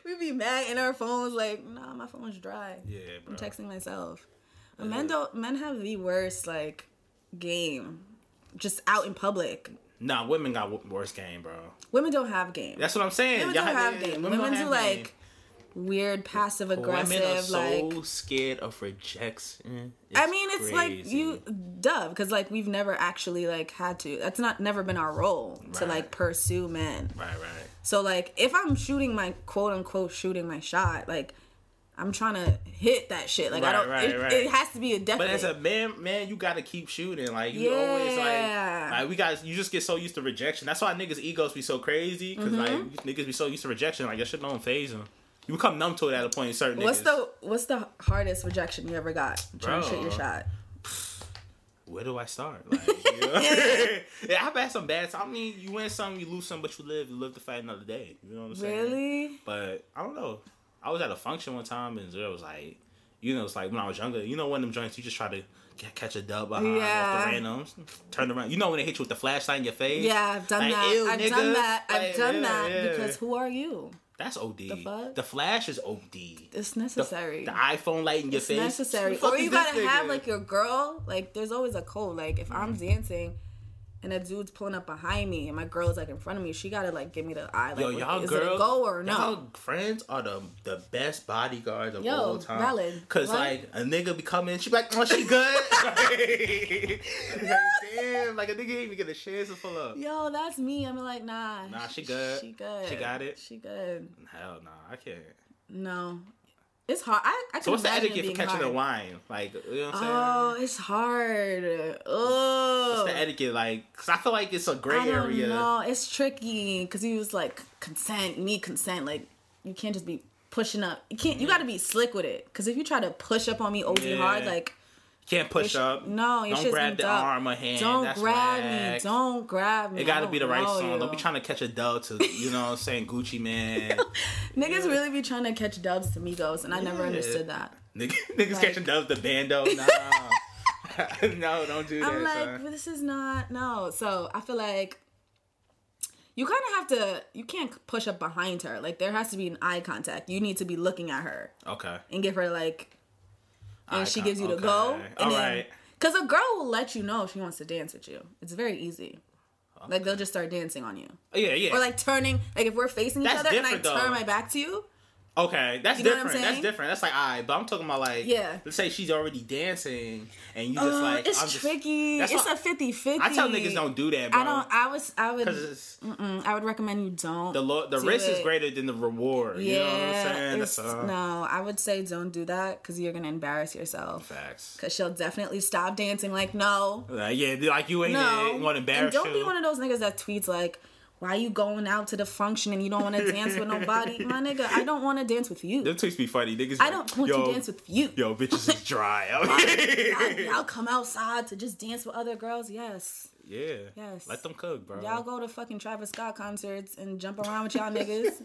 Speaker 2: We be mad in our phones. Like, nah, my phone's dry.
Speaker 1: Yeah, bro.
Speaker 2: I'm texting myself. But Men don't. Men have the worst like game, just out in public.
Speaker 1: Nah, women got w- worse game, bro.
Speaker 2: Women don't have game.
Speaker 1: That's what I'm saying.
Speaker 2: women
Speaker 1: Y'all
Speaker 2: don't have
Speaker 1: yeah,
Speaker 2: game.
Speaker 1: don't
Speaker 2: Women, do
Speaker 1: have
Speaker 2: like
Speaker 1: game.
Speaker 2: weird passive aggressive.
Speaker 1: Women are so
Speaker 2: like
Speaker 1: scared of rejection.
Speaker 2: I mean, it's like
Speaker 1: crazy.
Speaker 2: you dove because like we've never actually like had to. That's not never been our role to
Speaker 1: Right.
Speaker 2: like pursue men.
Speaker 1: Right, right.
Speaker 2: So like if I'm shooting my quote unquote shooting my shot, like I'm trying to hit that shit. Like
Speaker 1: Right,
Speaker 2: I don't.
Speaker 1: right,
Speaker 2: it,
Speaker 1: right.
Speaker 2: it has to be a definite.
Speaker 1: But as a man, man, you gotta keep shooting. Like you always
Speaker 2: Yeah.
Speaker 1: like, like we got. You just get so used to rejection. That's why niggas' egos be so crazy. because
Speaker 2: Mm-hmm.
Speaker 1: like niggas be so used to rejection. Like your shit don't phase them. You become numb to it at a point. In certain
Speaker 2: what's
Speaker 1: niggas.
Speaker 2: the what's the hardest rejection you ever got trying to shoot your
Speaker 1: Bro.
Speaker 2: shot?
Speaker 1: where do I start? Like, you know? yeah, I've had some bad. I mean, you win some, you lose some, but you live. You live to fight another day. You know what I'm saying?
Speaker 2: Really?
Speaker 1: But I don't know. I was at a function one time and there was like, you know, it's like when I was younger. You know, one of them joints you just try to ca- catch a dub behind
Speaker 2: Yeah.
Speaker 1: off the randoms, turn around. You know when they hit you with the flashlight in your face?
Speaker 2: Yeah, I've done
Speaker 1: Like,
Speaker 2: that.
Speaker 1: "Ew,
Speaker 2: I've
Speaker 1: nigga."
Speaker 2: done that.
Speaker 1: Like,
Speaker 2: I've done
Speaker 1: yeah,
Speaker 2: that
Speaker 1: yeah.
Speaker 2: because who are you?
Speaker 1: that's OD. The,
Speaker 2: fuck?
Speaker 1: flash is OD.
Speaker 2: It's
Speaker 1: The,
Speaker 2: necessary.
Speaker 1: the iPhone light in your
Speaker 2: it's
Speaker 1: face.
Speaker 2: necessary.
Speaker 1: Who the fuck
Speaker 2: Or
Speaker 1: is
Speaker 2: you
Speaker 1: this
Speaker 2: gotta
Speaker 1: nigga?
Speaker 2: have
Speaker 1: Mm.
Speaker 2: like your girl. Like there's always a code. Like if I'm dancing and a dude's pulling up behind me and my girl's like in front of me, she gotta like give me the eye. Like
Speaker 1: Yo, y'all
Speaker 2: is it
Speaker 1: girls,
Speaker 2: a go or
Speaker 1: Y'all
Speaker 2: no?
Speaker 1: friends are the the best bodyguards of
Speaker 2: Yo,
Speaker 1: all time.
Speaker 2: valid.
Speaker 1: Cause
Speaker 2: What?
Speaker 1: like a nigga be coming, she be like, oh she good. like, damn, like a nigga ain't even get a chance to pull up.
Speaker 2: Yo, that's me. I'm like nah.
Speaker 1: Nah, she good.
Speaker 2: She good.
Speaker 1: She got it.
Speaker 2: She good.
Speaker 1: Hell no, I can't.
Speaker 2: No, it's hard. I, I can
Speaker 1: So what's the
Speaker 2: imagine it
Speaker 1: etiquette for
Speaker 2: being
Speaker 1: catching
Speaker 2: hard.
Speaker 1: the wine? Like you know what I'm saying?
Speaker 2: Oh, it's hard. Oh,
Speaker 1: What's the etiquette like? Cause I feel like it's a gray
Speaker 2: I don't
Speaker 1: area.
Speaker 2: know. It's tricky because he was like consent, need consent. Like you can't just be pushing up. You can't. You got to be slick with it. Because if you try to push up on me OD
Speaker 1: Mm-hmm. Yeah.
Speaker 2: hard, like
Speaker 1: Can't push
Speaker 2: sh-
Speaker 1: up.
Speaker 2: no, your
Speaker 1: don't
Speaker 2: shit's
Speaker 1: grab
Speaker 2: linked
Speaker 1: the
Speaker 2: up.
Speaker 1: arm or hand.
Speaker 2: Don't
Speaker 1: That's
Speaker 2: grab me.
Speaker 1: whack.
Speaker 2: Don't grab me.
Speaker 1: It
Speaker 2: I
Speaker 1: gotta be the
Speaker 2: don't
Speaker 1: right
Speaker 2: know
Speaker 1: song. Don't be
Speaker 2: you.
Speaker 1: trying to catch a dub to you know what I'm saying Gucci man.
Speaker 2: Niggas really be trying to catch dubs to Migos, and I never
Speaker 1: Yeah.
Speaker 2: understood that.
Speaker 1: Niggas, niggas
Speaker 2: Like-
Speaker 1: catching dubs the bando. No. no, don't do that.
Speaker 2: I'm like,
Speaker 1: son.
Speaker 2: "Well, this is not no. So I feel like you kind of have to. You can't push up behind her. Like there has to be an eye contact. You need to be looking at her.
Speaker 1: okay.
Speaker 2: and give her like, and
Speaker 1: Eye
Speaker 2: she
Speaker 1: con-
Speaker 2: gives you the
Speaker 1: okay.
Speaker 2: go. And
Speaker 1: All
Speaker 2: then,
Speaker 1: right.
Speaker 2: Cause a girl will let you know if she wants to dance with you. It's very easy. Like they'll just start dancing on you,
Speaker 1: Yeah, yeah.
Speaker 2: or like turning. Like if we're facing
Speaker 1: That's
Speaker 2: each other and I
Speaker 1: different, though.
Speaker 2: turn my back to you,
Speaker 1: Okay, that's
Speaker 2: You know what I'm
Speaker 1: different.
Speaker 2: saying?
Speaker 1: That's different. That's like I. but I'm talking about like
Speaker 2: Yeah.
Speaker 1: Let's say she's already dancing and you just
Speaker 2: Uh,
Speaker 1: like
Speaker 2: it's
Speaker 1: I'm just-
Speaker 2: tricky.
Speaker 1: that's
Speaker 2: It's
Speaker 1: why-
Speaker 2: a 50 50.
Speaker 1: I tell niggas don't do that, bro.
Speaker 2: I don't. I was. I would.
Speaker 1: 'Cause it's-
Speaker 2: mm, I would recommend you don't.
Speaker 1: the lo- the
Speaker 2: do
Speaker 1: risk is
Speaker 2: it.
Speaker 1: greater than the reward.
Speaker 2: Yeah.
Speaker 1: you know what I'm saying?
Speaker 2: it's-
Speaker 1: That's uh,
Speaker 2: no, I would say don't do that because you're gonna embarrass yourself.
Speaker 1: facts.
Speaker 2: Because she'll definitely stop dancing. Like no,
Speaker 1: Like, yeah, they- like you ain't
Speaker 2: no.
Speaker 1: want to
Speaker 2: and
Speaker 1: embarrass
Speaker 2: don't
Speaker 1: you.
Speaker 2: be one of those niggas that tweets like. Why you going out to the function and you don't want to dance with nobody? My nigga, I don't want to dance with you.
Speaker 1: Them tweets be funny, niggas.
Speaker 2: I don't want
Speaker 1: yo,
Speaker 2: to dance with you.
Speaker 1: Yo, bitches is dry.
Speaker 2: I- Y'all come outside to just dance with other girls. Yes.
Speaker 1: yeah.
Speaker 2: Yes.
Speaker 1: Let them cook, bro.
Speaker 2: Y'all go to fucking Travis Scott concerts and jump around with y'all niggas.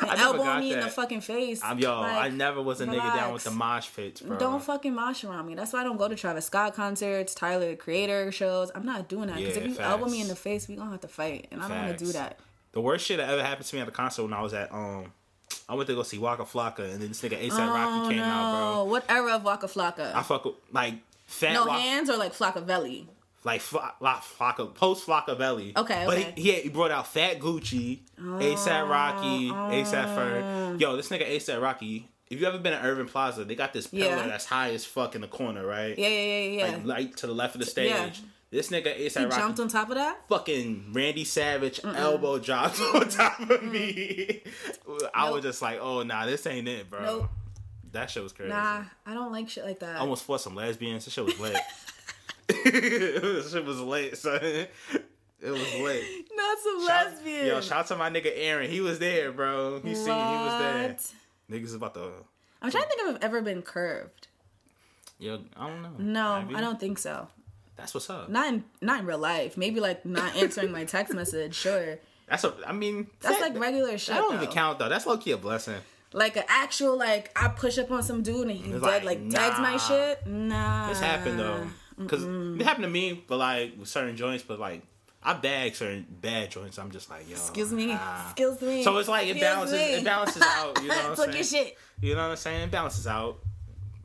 Speaker 2: And
Speaker 1: never
Speaker 2: elbow
Speaker 1: got
Speaker 2: me in the
Speaker 1: that.
Speaker 2: fucking face.
Speaker 1: I'm yo. I
Speaker 2: Like,
Speaker 1: never was a nigga down with the
Speaker 2: relax.
Speaker 1: mosh pits, bro.
Speaker 2: Don't fucking mosh around me. That's why I don't go to Travis Scott concerts, Tyler the Creator shows. I'm not doing that. Because
Speaker 1: Yeah,
Speaker 2: if you
Speaker 1: facts.
Speaker 2: elbow me in the face, we gonna have to fight. And I don't wanna do
Speaker 1: Facts.
Speaker 2: that.
Speaker 1: The worst shit that ever happened to me at a concert when I was at um, I went to go see Waka Flocka, and then this nigga ASAP Rocky came out,
Speaker 2: Oh,
Speaker 1: bro.
Speaker 2: what era of Waka Flocka?
Speaker 1: I fuck with like fat
Speaker 2: no
Speaker 1: Waka,
Speaker 2: hands or like Flockavelli?
Speaker 1: like fla- la- Flocka, post Flocka Belly.
Speaker 2: Okay,
Speaker 1: but
Speaker 2: okay. Oh,
Speaker 1: He, he, had- he brought out Fat Gucci, ASAP Rocky, ASAP Ferg. Yo, this nigga ASAP Rocky. If you ever been at Urban Plaza, they got this pillar
Speaker 2: Yeah.
Speaker 1: that's high as fuck in the corner, right?
Speaker 2: Yeah, yeah, yeah, yeah.
Speaker 1: Like, like to the left of the stage.
Speaker 2: Yeah.
Speaker 1: This nigga ASAP
Speaker 2: he
Speaker 1: Rocky
Speaker 2: jumped on top of that?
Speaker 1: fucking Randy Savage elbow drops on top of me. I was just like, oh nah, this ain't it, bro.
Speaker 2: Nope.
Speaker 1: That shit was crazy.
Speaker 2: Nah, I don't like shit like that.
Speaker 1: I almost fought some lesbians. This shit was lit. this shit was lit, son. It was lit.
Speaker 2: Not some
Speaker 1: Shout-
Speaker 2: lesbian.
Speaker 1: Yo, shout out to my nigga Aaron. He was there, bro. He seen he was there.
Speaker 2: What?
Speaker 1: Niggas about to
Speaker 2: I'm trying to think if I've ever been curved.
Speaker 1: Yo, I don't know.
Speaker 2: No,
Speaker 1: Maybe.
Speaker 2: I don't think so.
Speaker 1: That's what's up.
Speaker 2: Not in not in real life. Maybe like not answering my text message. Sure,
Speaker 1: That's a I mean
Speaker 2: that's
Speaker 1: that-
Speaker 2: like regular shit.
Speaker 1: That don't even
Speaker 2: though.
Speaker 1: count though. That's low key a blessing.
Speaker 2: Like an actual like I push up on some dude and he dead
Speaker 1: like,
Speaker 2: like, tags my
Speaker 1: nah.
Speaker 2: shit. Nah,
Speaker 1: This happened though,
Speaker 2: Ah,
Speaker 1: because it happened to me, but like with certain joints, but like I bag certain bad joints. I'm just like, yo,
Speaker 2: Excuse me.
Speaker 1: ah.
Speaker 2: Excuse me.
Speaker 1: So it's like it
Speaker 2: Excuse
Speaker 1: balances,
Speaker 2: me.
Speaker 1: it balances out. You know what I'm
Speaker 2: Took
Speaker 1: saying?
Speaker 2: your shit.
Speaker 1: You know what I'm saying? It balances out.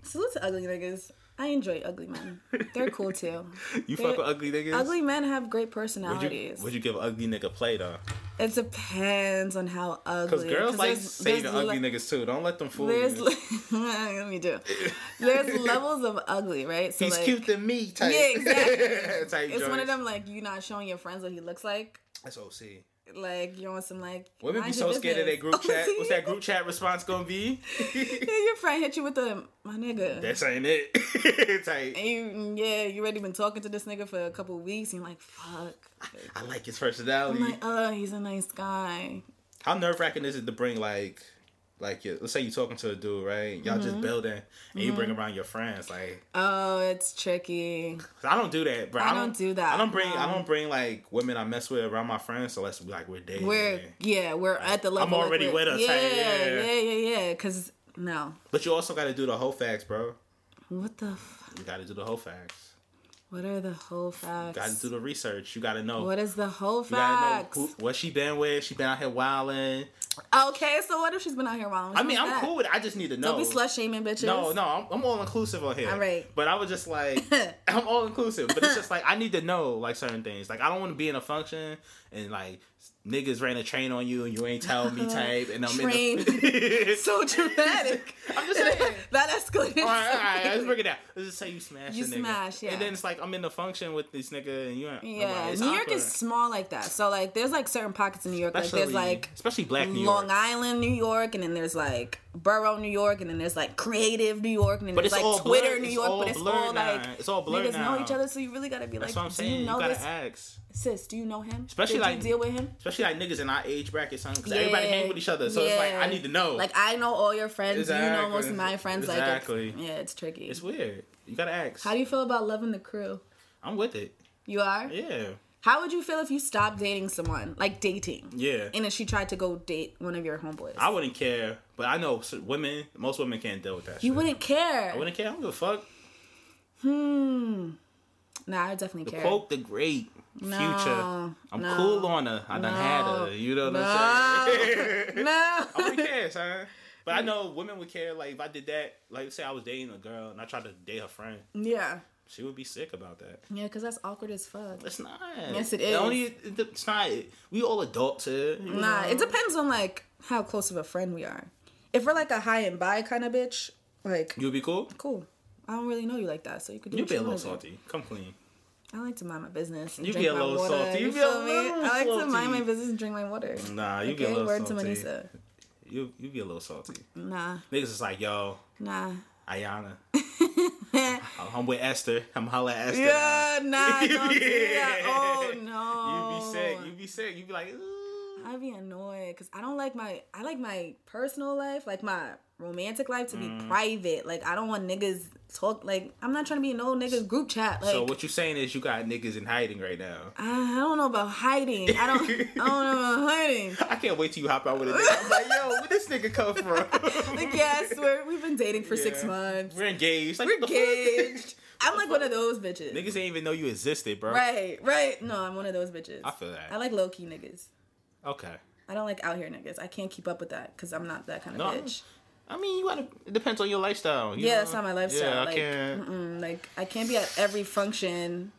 Speaker 2: Salute to ugly niggas. I enjoy ugly men. They're cool too.
Speaker 1: You
Speaker 2: They're-
Speaker 1: fuck with ugly niggas.
Speaker 2: Ugly men have great
Speaker 1: Would you,
Speaker 2: personalities.
Speaker 1: would you give an ugly nigga play though?
Speaker 2: It depends on how ugly.
Speaker 1: Because girls like
Speaker 2: there's-
Speaker 1: say
Speaker 2: there's
Speaker 1: the ugly
Speaker 2: le-
Speaker 1: niggas too. Don't let them fool
Speaker 2: There's
Speaker 1: you.
Speaker 2: let me do. There's levels of ugly, right? So
Speaker 1: He's
Speaker 2: like,
Speaker 1: cute than me type.
Speaker 2: Yeah, exactly.
Speaker 1: type
Speaker 2: It's one of
Speaker 1: joints.
Speaker 2: them like you not showing your friends what he looks like.
Speaker 1: That's OC.
Speaker 2: Like you're on some like
Speaker 1: Women be
Speaker 2: mind
Speaker 1: so
Speaker 2: your
Speaker 1: scared of their
Speaker 2: business.
Speaker 1: group chat.
Speaker 2: See?
Speaker 1: What's that group chat response gonna be?
Speaker 2: Yeah, your friend hit you with the my nigga.
Speaker 1: This ain't it. type.
Speaker 2: and you, yeah, you already been talking to this nigga for a couple weeks. And you're like, fuck.
Speaker 1: I like his personality.
Speaker 2: I'm like, oh, he's a nice guy.
Speaker 1: How nerve wracking is it to bring like, like your, let's say you talking to a dude, right? Y'all
Speaker 2: Mm-hmm.
Speaker 1: just building, and you bring around your friends. Like,
Speaker 2: Oh, it's tricky.
Speaker 1: 'cause I don't do that, bro.
Speaker 2: I don't do that,
Speaker 1: I don't bring. I
Speaker 2: no.
Speaker 1: don't bring like women I mess with around my friends. So let's like we're dating.
Speaker 2: We're yeah, we're at the level. like,
Speaker 1: already
Speaker 2: we're-
Speaker 1: with us,
Speaker 2: Yeah,
Speaker 1: hey, yeah.
Speaker 2: yeah, yeah, yeah. Because no,
Speaker 1: But you also got to do the whole facts, bro.
Speaker 2: what the f-
Speaker 1: You got to do the whole facts.
Speaker 2: what are the whole
Speaker 1: Got to
Speaker 2: facts?
Speaker 1: do the research. You got to know.
Speaker 2: What is the whole
Speaker 1: you gotta know
Speaker 2: facts?
Speaker 1: who, what she been with. She been out here wilding.
Speaker 2: Okay, so what if she's been out here wrong?
Speaker 1: I mean, I'm cool with. it. I just need to know.
Speaker 2: Don't be slut shaming bitches.
Speaker 1: No, no, I'm, I'm all inclusive on here.
Speaker 2: All right.
Speaker 1: But I was just like, I'm all inclusive. But it's just like I need to know like certain things. Like I don't want to be in a function and like niggas ran a train on you and you ain't tell me type and I'm in
Speaker 2: Train.
Speaker 1: the.
Speaker 2: so dramatic.
Speaker 1: I'm just saying.
Speaker 2: that escalated.
Speaker 1: All right, all
Speaker 2: so
Speaker 1: right, let's
Speaker 2: quickly.
Speaker 1: break it down. Let's just say you smash
Speaker 2: You
Speaker 1: a nigga.
Speaker 2: smash, yeah.
Speaker 1: And then it's like I'm in the function with this nigga and you ain't. I'm
Speaker 2: Yeah,
Speaker 1: like, it's
Speaker 2: New York
Speaker 1: awkward.
Speaker 2: is small like that. So like, there's like certain pockets in New York.
Speaker 1: Especially,
Speaker 2: like
Speaker 1: especially black
Speaker 2: there's
Speaker 1: New
Speaker 2: like
Speaker 1: York.
Speaker 2: Long Island, New York, and then there's like Borough, New York, and then there's like Creative, New York, and then
Speaker 1: But
Speaker 2: there's
Speaker 1: it's
Speaker 2: like
Speaker 1: all
Speaker 2: Twitter,
Speaker 1: blurred-
Speaker 2: New
Speaker 1: it's
Speaker 2: York.
Speaker 1: all
Speaker 2: But it's
Speaker 1: blurred
Speaker 2: all
Speaker 1: now.
Speaker 2: like
Speaker 1: It's all blurred
Speaker 2: niggas
Speaker 1: now.
Speaker 2: know each other, so you really gotta be
Speaker 1: That's what
Speaker 2: like,
Speaker 1: I'm
Speaker 2: do
Speaker 1: saying.
Speaker 2: you
Speaker 1: You,
Speaker 2: know
Speaker 1: gotta
Speaker 2: this
Speaker 1: ask.
Speaker 2: sis? Do you know him?
Speaker 1: Especially,
Speaker 2: Did
Speaker 1: like-
Speaker 2: you deal with him?
Speaker 1: Especially like niggas in our age bracket, son. Because everybody
Speaker 2: Yeah.
Speaker 1: hang with each other. So it's like I
Speaker 2: Yeah.
Speaker 1: need to know.
Speaker 2: Like I know all your friends. You know
Speaker 1: Exactly.
Speaker 2: most of my friends. Like
Speaker 1: Exactly.
Speaker 2: it's, yeah, it's tricky.
Speaker 1: it's weird. You gotta ask.
Speaker 2: How do you feel about loving the crew?
Speaker 1: I'm with it.
Speaker 2: You are.
Speaker 1: Yeah.
Speaker 2: How would you feel if you stopped dating someone, like dating?
Speaker 1: Yeah.
Speaker 2: And if she tried to go date one of your homeboys,
Speaker 1: I wouldn't care, but I know s- women. Most women can't deal with that.
Speaker 2: you
Speaker 1: shit.
Speaker 2: wouldn't care. Hmm.
Speaker 1: I wouldn't care. I don't give a fuck.
Speaker 2: Nah, I would definitely care.
Speaker 1: Quote the great future. I'm cool on her. I done had her. You know what I'm saying?
Speaker 2: no.
Speaker 1: I wouldn't care, son. But
Speaker 2: Mm.
Speaker 1: I know women would care. Like if I did that, like say I was dating a girl and I tried to date her friend,
Speaker 2: yeah.
Speaker 1: she would be sick about that.
Speaker 2: Yeah, because that's awkward as fuck.
Speaker 1: It's not.
Speaker 2: Yes, it is.
Speaker 1: Only it- it's not. We all adults here. you
Speaker 2: Nah,
Speaker 1: know?
Speaker 2: it depends on like how close of a friend we are. if we're like a high and by kind of bitch, like
Speaker 1: You'll be cool.
Speaker 2: cool. I don't really know you like that, so you could do.
Speaker 1: You
Speaker 2: what
Speaker 1: be a
Speaker 2: wanna
Speaker 1: little
Speaker 2: do.
Speaker 1: salty. Come clean.
Speaker 2: I like to mind my business. and
Speaker 1: You
Speaker 2: drink
Speaker 1: be a
Speaker 2: my
Speaker 1: little
Speaker 2: water,
Speaker 1: salty. You be a
Speaker 2: feel me?
Speaker 1: little
Speaker 2: I like to mind
Speaker 1: salty.
Speaker 2: my business and drink my water.
Speaker 1: Nah, you be a
Speaker 2: Okay,
Speaker 1: little
Speaker 2: word to
Speaker 1: salty.
Speaker 2: Manisa.
Speaker 1: You you be a little salty.
Speaker 2: Nah,
Speaker 1: Niggas is like, yo,
Speaker 2: nah.
Speaker 1: Ayana. I'm I'm with Esther. I'm holla at Esther.
Speaker 2: Yeah, nah. Don't do that. Oh
Speaker 1: You
Speaker 2: no.
Speaker 1: be sick. You be sick. You be like, "Ooh."
Speaker 2: I'd be annoyed because I don't like my I like my personal life, like my romantic life, to be
Speaker 1: Mm.
Speaker 2: private. Like I don't want niggas talk. Like I'm not trying to be in no niggas group chat. Like
Speaker 1: so what you saying is you got niggas in hiding right now.
Speaker 2: I, I don't know about hiding. I don't I don't know about hiding.
Speaker 1: I can't wait till you hop out with a nigga. I'm like, yo, where this nigga come from?
Speaker 2: Like yeah, I swear we've been dating for six
Speaker 1: Yeah.
Speaker 2: months.
Speaker 1: We're engaged. Like,
Speaker 2: We're
Speaker 1: what the fuck?
Speaker 2: engaged. I'm like one of those bitches.
Speaker 1: Niggas ain't even know you existed, bro.
Speaker 2: Right, right. No, I'm one of those bitches.
Speaker 1: I feel that.
Speaker 2: I like low key niggas.
Speaker 1: Okay.
Speaker 2: I don't like out here niggas. I can't keep up with that because I'm not that kind
Speaker 1: No,
Speaker 2: of
Speaker 1: I-
Speaker 2: bitch.
Speaker 1: I mean, you gotta. It depends on your lifestyle. you
Speaker 2: Yeah,
Speaker 1: know?
Speaker 2: that's not my lifestyle.
Speaker 1: Yeah, I
Speaker 2: like,
Speaker 1: can't.
Speaker 2: Mm-mm, Mm, like I can't be at every function,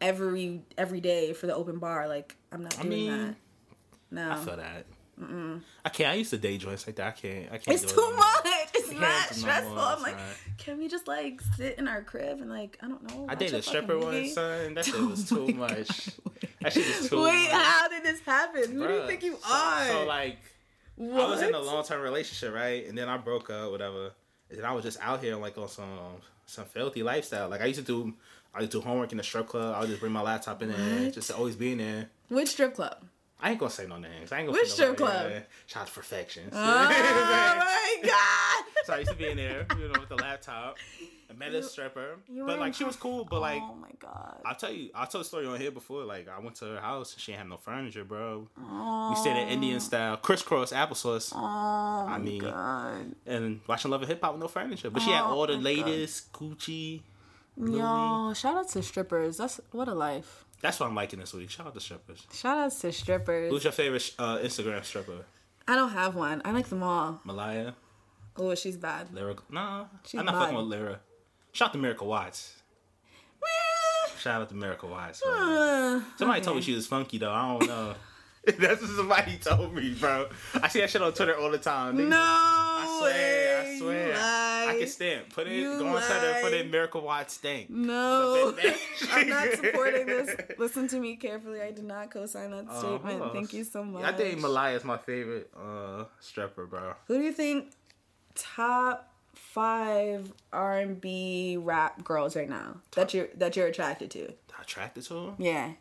Speaker 2: every every day for the open bar. Like I'm not doing
Speaker 1: mean,
Speaker 2: that. No,
Speaker 1: I feel that. I can't. I used to day joints like that. I can't. I can't.
Speaker 2: it's
Speaker 1: do
Speaker 2: too
Speaker 1: it.
Speaker 2: much. It's
Speaker 1: it's
Speaker 2: not
Speaker 1: too
Speaker 2: stressful.
Speaker 1: much,
Speaker 2: I'm like,
Speaker 1: right.
Speaker 2: can we just like sit in our crib and like I don't know?
Speaker 1: I
Speaker 2: watch
Speaker 1: dated a
Speaker 2: fucking
Speaker 1: stripper
Speaker 2: movie?
Speaker 1: once, son. That shit was too much. That shit was too
Speaker 2: Wait,
Speaker 1: much.
Speaker 2: how did this happen? Who do you
Speaker 1: Bruh.
Speaker 2: think you
Speaker 1: So-
Speaker 2: are?
Speaker 1: So, like, I was in a
Speaker 2: What?
Speaker 1: long term relationship, right? And then I broke up, whatever. And then I was just out here like on some some filthy lifestyle. Like I used to do, I used to do homework in the strip club. I would just bring my laptop in there, just to always be in there.
Speaker 2: Which strip club?
Speaker 1: I ain't gonna say no names. I ain't gonna
Speaker 2: Which
Speaker 1: say nobody
Speaker 2: strip club?
Speaker 1: in there. Shout out to Perfection.
Speaker 2: Oh my god!
Speaker 1: so I used to be in there, you know, with the laptop. I met a stripper,
Speaker 2: you
Speaker 1: but
Speaker 2: were
Speaker 1: like
Speaker 2: in
Speaker 1: she was cool. But like
Speaker 2: oh my god!
Speaker 1: I'll tell you, I told a story on here before. Like I went to her house, and she ain't had no furniture, bro. We stayed at Indian style crisscross applesauce. I mean, and watching Love and Hip Hop with no furniture, but she had all the latest Gucci.
Speaker 2: Yo, Oh, shout out to strippers. That's what a life.
Speaker 1: That's what I'm liking this week. Shout out to strippers.
Speaker 2: Shout outs to strippers.
Speaker 1: Who's your favorite uh, Instagram stripper?
Speaker 2: I don't have one. I like them all.
Speaker 1: Malaya,
Speaker 2: Oh, she's bad.
Speaker 1: Lyra. Nah,
Speaker 2: She's
Speaker 1: I'm not fucking
Speaker 2: mine.
Speaker 1: with Lyra. Shout out to Miracle Watts. Shout out to Miracle Watts. bro.
Speaker 2: Uh,
Speaker 1: Somebody told me she was funky though. I don't know. That's what somebody told me, bro. I see that shit on Twitter all the time. Niggas-
Speaker 2: no
Speaker 1: I swear,
Speaker 2: way.
Speaker 1: I
Speaker 2: You
Speaker 1: swear. I
Speaker 2: lie.
Speaker 1: can stand. Put it.
Speaker 2: You
Speaker 1: go on Twitter. and Put
Speaker 2: lie.
Speaker 1: in Miracle Watts thing.
Speaker 2: No,
Speaker 1: Nothing.
Speaker 2: I'm not supporting this. Listen to me carefully. I did not co-sign that statement.
Speaker 1: Who
Speaker 2: Thank
Speaker 1: else?
Speaker 2: you so much.
Speaker 1: Oh, I think Malaya is my favorite uh, stripper, bro.
Speaker 2: Who do you think top five R and B rap girls right now that you are that you're attracted to?
Speaker 1: Attracted to him.
Speaker 2: Yeah,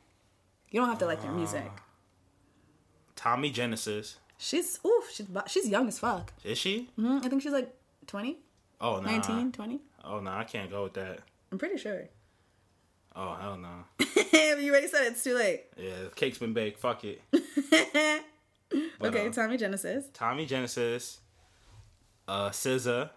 Speaker 2: you don't have to like their music.
Speaker 1: Tommy Genesis.
Speaker 2: She's oof. She's bu- she's young as fuck.
Speaker 1: Is she?
Speaker 2: hmm I think she's like 20,
Speaker 1: Oh no.
Speaker 2: 19, 20.
Speaker 1: Oh no, I can't go with that.
Speaker 2: I'm pretty sure.
Speaker 1: Oh hell no.
Speaker 2: you already said it. it's too late.
Speaker 1: Yeah, cake's been baked. Fuck it. But,
Speaker 2: Okay,
Speaker 1: uh,
Speaker 2: Tommy Genesis.
Speaker 1: Tommy Genesis. Uh, SZA.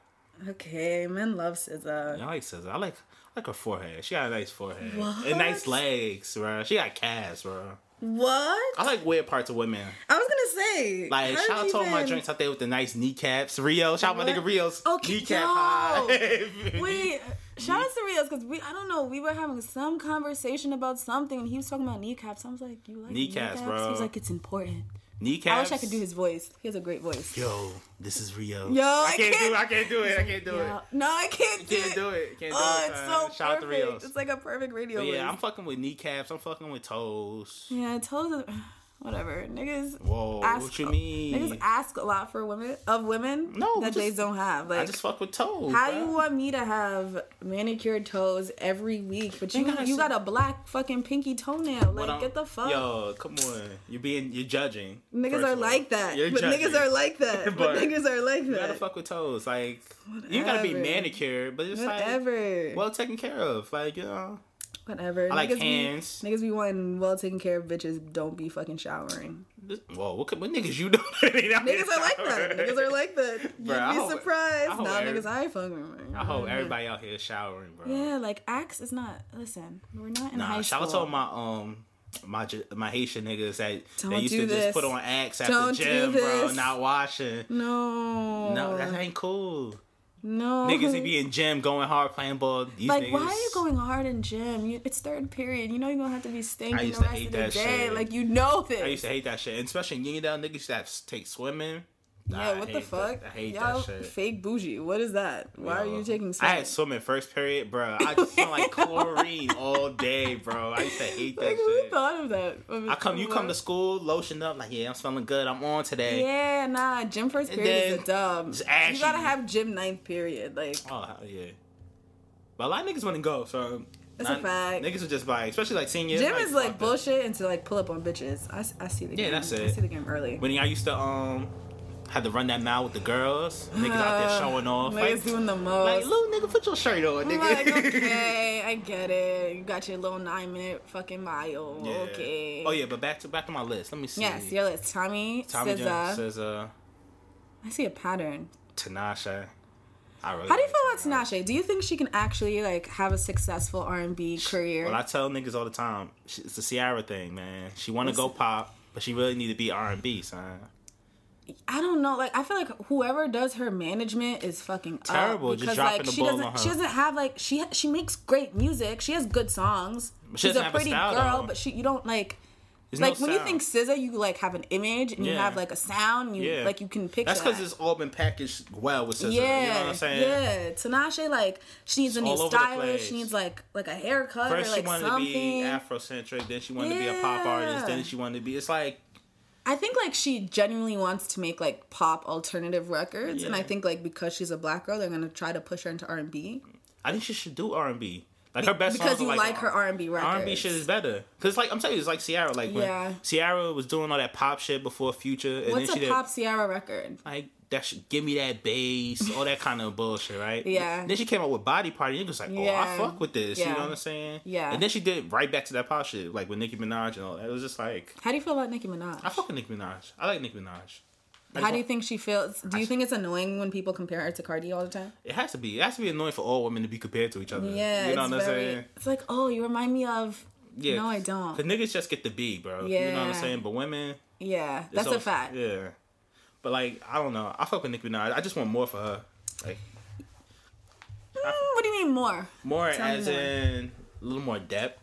Speaker 2: Okay, men love SZA.
Speaker 1: Yeah, I like SZA. I like I like her forehead. She got a nice forehead and nice legs, bro. She got calves, bro.
Speaker 2: What?
Speaker 1: I like weird parts of women.
Speaker 2: I was gonna say.
Speaker 1: Like
Speaker 2: how did
Speaker 1: shout out
Speaker 2: you
Speaker 1: to all my
Speaker 2: even-
Speaker 1: drinks out there with the nice kneecaps. Rio, shout out my nigga Rio's
Speaker 2: Okay,
Speaker 1: kneecap
Speaker 2: yo.
Speaker 1: high.
Speaker 2: Wait, shout out to Rios because we I don't know we were having some conversation about something and he was talking about kneecaps. I was like, you like
Speaker 1: Kneecaps,
Speaker 2: kneecaps?
Speaker 1: bro.
Speaker 2: He was like, it's important.
Speaker 1: kneecaps.
Speaker 2: I wish I could do his voice. He has a great voice.
Speaker 1: Yo, this is Rio.
Speaker 2: Yo,
Speaker 1: I,
Speaker 2: I
Speaker 1: can't,
Speaker 2: can't-
Speaker 1: do. I can't do it. I can't do
Speaker 2: Yeah.
Speaker 1: it.
Speaker 2: No, I can't do
Speaker 1: Can't
Speaker 2: it.
Speaker 1: do it. Can't do
Speaker 2: Oh,
Speaker 1: it.
Speaker 2: it's
Speaker 1: son.
Speaker 2: so
Speaker 1: shout out to
Speaker 2: perfect.
Speaker 1: Rios.
Speaker 2: It's like a perfect radio.
Speaker 1: But yeah,
Speaker 2: voice.
Speaker 1: I'm fucking with kneecaps. I'm fucking with toes.
Speaker 2: Yeah, tell us whatever. Niggas
Speaker 1: Whoa,
Speaker 2: ask
Speaker 1: what you mean?
Speaker 2: Niggas ask a lot for women of women
Speaker 1: No,
Speaker 2: that they
Speaker 1: just-
Speaker 2: don't have. Like
Speaker 1: I just fuck with toes.
Speaker 2: how
Speaker 1: bro.
Speaker 2: you want me to have manicured toes every week, but you
Speaker 1: Ain't gotta
Speaker 2: you
Speaker 1: say-
Speaker 2: got a black fucking pinky toenail.
Speaker 1: But
Speaker 2: Like
Speaker 1: I'm-
Speaker 2: get the fuck.
Speaker 1: Yo, come on. You're being you're judging.
Speaker 2: Niggas
Speaker 1: first
Speaker 2: are
Speaker 1: of all.
Speaker 2: like that.
Speaker 1: You're
Speaker 2: But
Speaker 1: judging.
Speaker 2: niggas are like that. But,
Speaker 1: But
Speaker 2: niggas are like
Speaker 1: You gotta
Speaker 2: that.
Speaker 1: fuck with toes. Like you gotta be
Speaker 2: Whatever.
Speaker 1: manicured, but it's like
Speaker 2: Whatever.
Speaker 1: well taken care of. Like, you know.
Speaker 2: Whatever.
Speaker 1: I like
Speaker 2: niggas
Speaker 1: hands.
Speaker 2: Be, niggas be wanting well taken care of bitches. Don't be fucking showering.
Speaker 1: This, whoa, what, could- what niggas you know? niggas
Speaker 2: Niggas are like that. Niggas are like that. You'd
Speaker 1: I
Speaker 2: be
Speaker 1: hope- I
Speaker 2: surprised.
Speaker 1: hope
Speaker 2: Now
Speaker 1: every-
Speaker 2: niggas I fucking.
Speaker 1: I hope everybody out here is showering, bro.
Speaker 2: Yeah, like Axe is not. Listen, we're not in
Speaker 1: Nah,
Speaker 2: high
Speaker 1: shout
Speaker 2: school.
Speaker 1: out to all my um my J- my Haitian niggas that they
Speaker 2: Don't
Speaker 1: used
Speaker 2: do
Speaker 1: to just
Speaker 2: this.
Speaker 1: put on acts after
Speaker 2: Don't do
Speaker 1: gym, bro,
Speaker 2: this.
Speaker 1: not washing.
Speaker 2: No,
Speaker 1: No, that ain't cool.
Speaker 2: no.
Speaker 1: Niggas they be in gym going hard playing ball. These
Speaker 2: like,
Speaker 1: niggas,
Speaker 2: why are you going hard in gym? You, it's third period. You know you're gonna have to be stinking
Speaker 1: used
Speaker 2: the
Speaker 1: to
Speaker 2: rest
Speaker 1: hate
Speaker 2: of the
Speaker 1: that
Speaker 2: day.
Speaker 1: shit.
Speaker 2: Like you know this.
Speaker 1: I used to hate that shit, and especially in Uniontown, niggas used to have to take swimming, Nah, I
Speaker 2: yeah, what the
Speaker 1: hate that-
Speaker 2: fuck?
Speaker 1: I hate
Speaker 2: Y'all
Speaker 1: that shit.
Speaker 2: fake bougie. What is that? Why are
Speaker 1: Yo,
Speaker 2: you taking
Speaker 1: I had
Speaker 2: swabs?
Speaker 1: swim in first period, bro. I just smelled like chlorine all day, bro. I used to hate that
Speaker 2: Like, who
Speaker 1: shit.
Speaker 2: thought of that? Of
Speaker 1: I come, you come to
Speaker 2: what?
Speaker 1: school, lotion up, like yeah, I'm smelling good. I'm on today.
Speaker 2: Yeah, nah. Gym first
Speaker 1: And
Speaker 2: period is
Speaker 1: then
Speaker 2: a dub.
Speaker 1: it's
Speaker 2: You
Speaker 1: ashy.
Speaker 2: gotta have gym ninth period. Like,
Speaker 1: Oh hell yeah. But a lot of niggas wouldn't go, so
Speaker 2: That's a
Speaker 1: not-
Speaker 2: fact.
Speaker 1: Niggas would just like, especially like seniors.
Speaker 2: gym is like
Speaker 1: fuck that.
Speaker 2: bullshit and to like pull up on bitches. I, s- I see the
Speaker 1: Yeah,
Speaker 2: game.
Speaker 1: that's
Speaker 2: I
Speaker 1: it.
Speaker 2: see the game early.
Speaker 1: When I used to um had to run that mile with the girls, niggas out there showing off.
Speaker 2: Niggas
Speaker 1: like,
Speaker 2: doing the
Speaker 1: like
Speaker 2: most.
Speaker 1: little nigga, put your shirt on, nigga.
Speaker 2: like, okay, I get it. You got your little nine minute fucking mile.
Speaker 1: Yeah.
Speaker 2: Okay.
Speaker 1: Oh yeah, but back to back to my list. Let me see.
Speaker 2: Yes, your list. Tommy,
Speaker 1: Tommy
Speaker 2: SZA.
Speaker 1: Jones Oh, says uh
Speaker 2: I see a pattern.
Speaker 1: Tinashe. I really
Speaker 2: How do you
Speaker 1: like
Speaker 2: feel about Tinashe? Do you think she can actually like have a successful R and B career?
Speaker 1: Well, I tell niggas all the time, she- it's the Ciara thing, man. She want to go pop, but she really need to be R and B, son.
Speaker 2: I don't know. Like, I feel like whoever does her management is fucking
Speaker 1: Terrible,
Speaker 2: Up
Speaker 1: just
Speaker 2: because
Speaker 1: dropping
Speaker 2: like
Speaker 1: the
Speaker 2: she
Speaker 1: ball
Speaker 2: doesn't,
Speaker 1: on
Speaker 2: she
Speaker 1: her.
Speaker 2: doesn't have like she she makes great music. She has good songs.
Speaker 1: But she
Speaker 2: She's
Speaker 1: doesn't
Speaker 2: a
Speaker 1: have a
Speaker 2: pretty
Speaker 1: style,
Speaker 2: girl,
Speaker 1: though.
Speaker 2: but she you don't like.
Speaker 1: There's no
Speaker 2: like when you
Speaker 1: sound.
Speaker 2: think SZA, you like have an image and you
Speaker 1: Yeah.
Speaker 2: have like a sound. You
Speaker 1: yeah,
Speaker 2: like you can picture.
Speaker 1: That's because
Speaker 2: that.
Speaker 1: it's all been packaged well with SZA.
Speaker 2: yeah,
Speaker 1: you know what I'm saying?
Speaker 2: yeah. Tinashe like she needs a
Speaker 1: It's
Speaker 2: new
Speaker 1: all over the
Speaker 2: stylist.
Speaker 1: place.
Speaker 2: She needs like like a haircut
Speaker 1: First,
Speaker 2: or like
Speaker 1: she wanted
Speaker 2: something.
Speaker 1: to be Afrocentric. Then she wanted to be a pop artist.
Speaker 2: Yeah.
Speaker 1: Then she wanted to be. It's like
Speaker 2: I think like she genuinely wants to make like pop alternative records, and I think like because she's a black girl, they're gonna try to push her into R and B.
Speaker 1: I think she should do R and B. Like her best
Speaker 2: because
Speaker 1: songs are
Speaker 2: you like her R&B
Speaker 1: R and B
Speaker 2: records.
Speaker 1: shit is better. Cause like I'm telling you, it's like Ciara. Like when
Speaker 2: Yeah.
Speaker 1: Ciara was doing all that pop shit before Future, and
Speaker 2: What's
Speaker 1: then she
Speaker 2: a
Speaker 1: did
Speaker 2: pop Ciara record?
Speaker 1: like that. Should, give me that bass, all that kind of bullshit, right?
Speaker 2: Yeah.
Speaker 1: Then she came out with Body Party. And it was like, oh,
Speaker 2: Yeah.
Speaker 1: I fuck with this.
Speaker 2: Yeah.
Speaker 1: You know what I'm saying?
Speaker 2: Yeah.
Speaker 1: And then she did right back to that pop shit, like with Nicki Minaj and all that. It was just like
Speaker 2: How do you feel about Nicki Minaj?
Speaker 1: I fuck with Nicki Minaj. I like Nicki Minaj.
Speaker 2: How do you think she feels? Do you think it's annoying when people compare her to Cardi all the time?
Speaker 1: It has to be. It has to be annoying for all women to be compared to each other.
Speaker 2: Yeah,
Speaker 1: you know
Speaker 2: it's
Speaker 1: what I'm
Speaker 2: very.
Speaker 1: saying?
Speaker 2: It's like, oh, you remind me of.
Speaker 1: Yeah.
Speaker 2: No, I don't.
Speaker 1: The niggas just get the B, bro. You know what
Speaker 2: Yeah.
Speaker 1: I'm saying? But women, it's
Speaker 2: Yeah, that's a
Speaker 1: all-
Speaker 2: fact.
Speaker 1: Yeah. But like, I don't know. I fuck with Nicki Minaj. I just want more for her. Like
Speaker 2: Mm, what do you mean more?
Speaker 1: more
Speaker 2: Tell me
Speaker 1: as
Speaker 2: more.
Speaker 1: in a little more depth.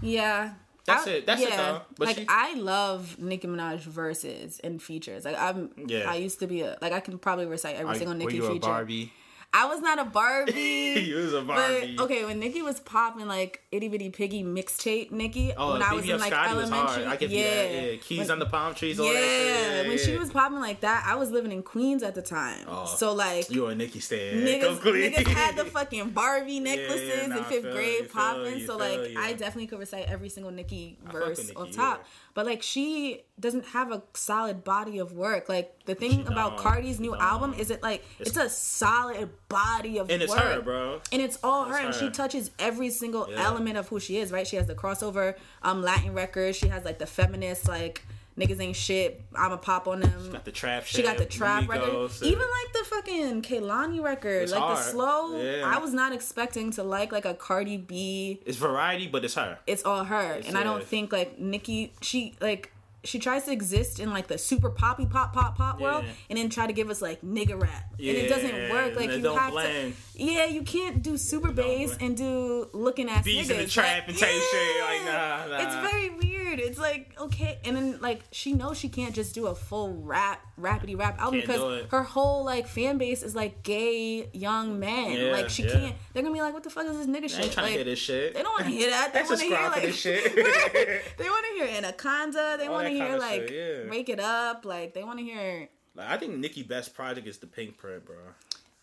Speaker 2: Yeah.
Speaker 1: That's
Speaker 2: I-
Speaker 1: it. That's it, though. But
Speaker 2: like
Speaker 1: she-
Speaker 2: I love Nicki Minaj verses and features. Like I'm,
Speaker 1: Yeah.
Speaker 2: I used to be a like I can probably recite every
Speaker 1: Like,
Speaker 2: single
Speaker 1: were
Speaker 2: Nicki
Speaker 1: you
Speaker 2: feature.
Speaker 1: a Barbie?
Speaker 2: I was not a Barbie.
Speaker 1: You was a
Speaker 2: But
Speaker 1: Barbie.
Speaker 2: okay, when Nikki was popping like itty bitty piggy mixtape Nikki,
Speaker 1: Oh,
Speaker 2: when
Speaker 1: Baby
Speaker 2: I was in
Speaker 1: Up
Speaker 2: like
Speaker 1: Scotty was hard.
Speaker 2: elementary,
Speaker 1: I give you
Speaker 2: yeah,
Speaker 1: that. Yeah. Keys
Speaker 2: When-
Speaker 1: on the palm trees.
Speaker 2: yeah.
Speaker 1: All that shit. Yeah,
Speaker 2: when she
Speaker 1: yeah.
Speaker 2: was popping like that, I was living in Queens at the time. so like
Speaker 1: you were a Nicki stan.
Speaker 2: niggas,
Speaker 1: Come clean.
Speaker 2: niggas had the fucking Barbie necklaces
Speaker 1: nah,
Speaker 2: in
Speaker 1: I
Speaker 2: fifth
Speaker 1: feel you,
Speaker 2: grade
Speaker 1: feel
Speaker 2: popping.
Speaker 1: you, feel
Speaker 2: So like
Speaker 1: you.
Speaker 2: I definitely could recite every single Nicki
Speaker 1: fuck with
Speaker 2: verse
Speaker 1: Nicki,
Speaker 2: off top.
Speaker 1: yeah.
Speaker 2: But like she doesn't have a solid body of work. Like the thing about
Speaker 1: don't.
Speaker 2: Cardi's
Speaker 1: She
Speaker 2: new
Speaker 1: don't.
Speaker 2: album is it like it's, a solid body of
Speaker 1: And it's
Speaker 2: work.
Speaker 1: her, bro.
Speaker 2: And it's all her, and she
Speaker 1: her.
Speaker 2: touches every single
Speaker 1: Yeah.
Speaker 2: element of who she is, right? She has the crossover um Latin records, she has like the feminist like Niggas ain't shit. I'ma pop on them. She
Speaker 1: got the trap
Speaker 2: She got the
Speaker 1: shit,
Speaker 2: trap
Speaker 1: Migos,
Speaker 2: record.
Speaker 1: and-
Speaker 2: Even like the fucking Kehlani record,
Speaker 1: It's
Speaker 2: like the
Speaker 1: hard.
Speaker 2: slow.
Speaker 1: Yeah.
Speaker 2: I was not expecting to like like a Cardi B.
Speaker 1: It's variety, but it's her.
Speaker 2: It's all her, and I don't
Speaker 1: yeah.
Speaker 2: think like Nicki. She like she tries to exist in like the super poppy pop pop pop world,
Speaker 1: Yeah.
Speaker 2: and then try to give us like nigga rap, and it doesn't
Speaker 1: Yeah,
Speaker 2: work. Like
Speaker 1: and it
Speaker 2: you
Speaker 1: don't
Speaker 2: have
Speaker 1: blend.
Speaker 2: to. Yeah, you can't do super bass
Speaker 1: blend.
Speaker 2: and do looking ass
Speaker 1: Bees
Speaker 2: niggas.
Speaker 1: in the trap and type shit, like,
Speaker 2: yeah.
Speaker 1: nah, nah.
Speaker 2: It's very weird. It's like okay, and then like she knows she can't just do a full rap rapidy rap album
Speaker 1: Can't do
Speaker 2: because
Speaker 1: it.
Speaker 2: her whole like fan base is like gay young men.
Speaker 1: Yeah,
Speaker 2: like she
Speaker 1: yeah.
Speaker 2: can't. They're gonna be like, what the fuck is this nigga
Speaker 1: I ain't
Speaker 2: shit?
Speaker 1: trying
Speaker 2: like,
Speaker 1: to hear this shit.
Speaker 2: They don't want to hear that. They
Speaker 1: That's
Speaker 2: want to hear
Speaker 1: subscribe
Speaker 2: like
Speaker 1: for this shit.
Speaker 2: they want to hear anaconda. They
Speaker 1: All
Speaker 2: want to
Speaker 1: that
Speaker 2: hear
Speaker 1: kinda
Speaker 2: like
Speaker 1: shit, yeah.
Speaker 2: wake it up. Like they want to hear
Speaker 1: Like, I think Nicki best project is the Pink Print, bro.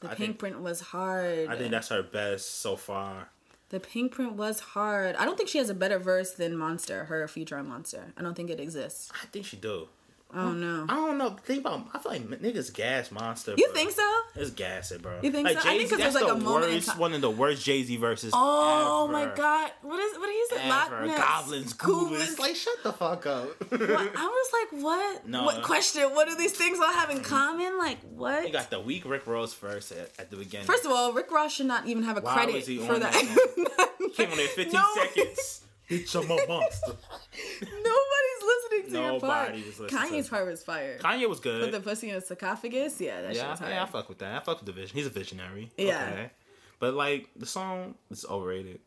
Speaker 2: the
Speaker 1: I
Speaker 2: pink
Speaker 1: think,
Speaker 2: print was hard.
Speaker 1: I think that's her best so far.
Speaker 2: the pink print was hard. I don't think she has a better verse than Monster. Her feature on Monster. I don't think it exists.
Speaker 1: I think she do.
Speaker 2: I don't know.
Speaker 1: I don't know. Think about. I feel like niggas gas monster.
Speaker 2: You
Speaker 1: bro.
Speaker 2: think so?
Speaker 1: It's gassing, bro.
Speaker 2: You think
Speaker 1: like,
Speaker 2: so? I think 'cause
Speaker 1: Jay-Z,
Speaker 2: there's,
Speaker 1: that's
Speaker 2: like,
Speaker 1: the
Speaker 2: a moment in
Speaker 1: worst,
Speaker 2: time-
Speaker 1: one of the worst Jay Z verses.
Speaker 2: Oh
Speaker 1: ever.
Speaker 2: my god! What is what is it? Loch
Speaker 1: Ever.
Speaker 2: Ness.
Speaker 1: Goblins, goblins.
Speaker 2: Goblins.
Speaker 1: Like, shut the fuck up.
Speaker 2: What- I was like, what?
Speaker 1: No.
Speaker 2: What question? What do these things all have in common? Like what?
Speaker 1: you got the weak Rick Ross first at, at the beginning.
Speaker 2: First of all, Rick Ross should not even have a
Speaker 1: Why
Speaker 2: credit
Speaker 1: was he
Speaker 2: for
Speaker 1: on
Speaker 2: that.
Speaker 1: came on in 15
Speaker 2: No.
Speaker 1: seconds. Bitch, I'm a monster.
Speaker 2: Nobody's listening to your part.
Speaker 1: Nobody was listening
Speaker 2: Kanye's
Speaker 1: to-
Speaker 2: part was fire.
Speaker 1: Kanye was
Speaker 2: Put
Speaker 1: good.
Speaker 2: the pussy in a sarcophagus. Yeah, that shit
Speaker 1: yeah,
Speaker 2: was
Speaker 1: I,
Speaker 2: hard.
Speaker 1: yeah, I fuck with that. I fuck with the vision. He's a visionary.
Speaker 2: Yeah.
Speaker 1: But like the song is overrated.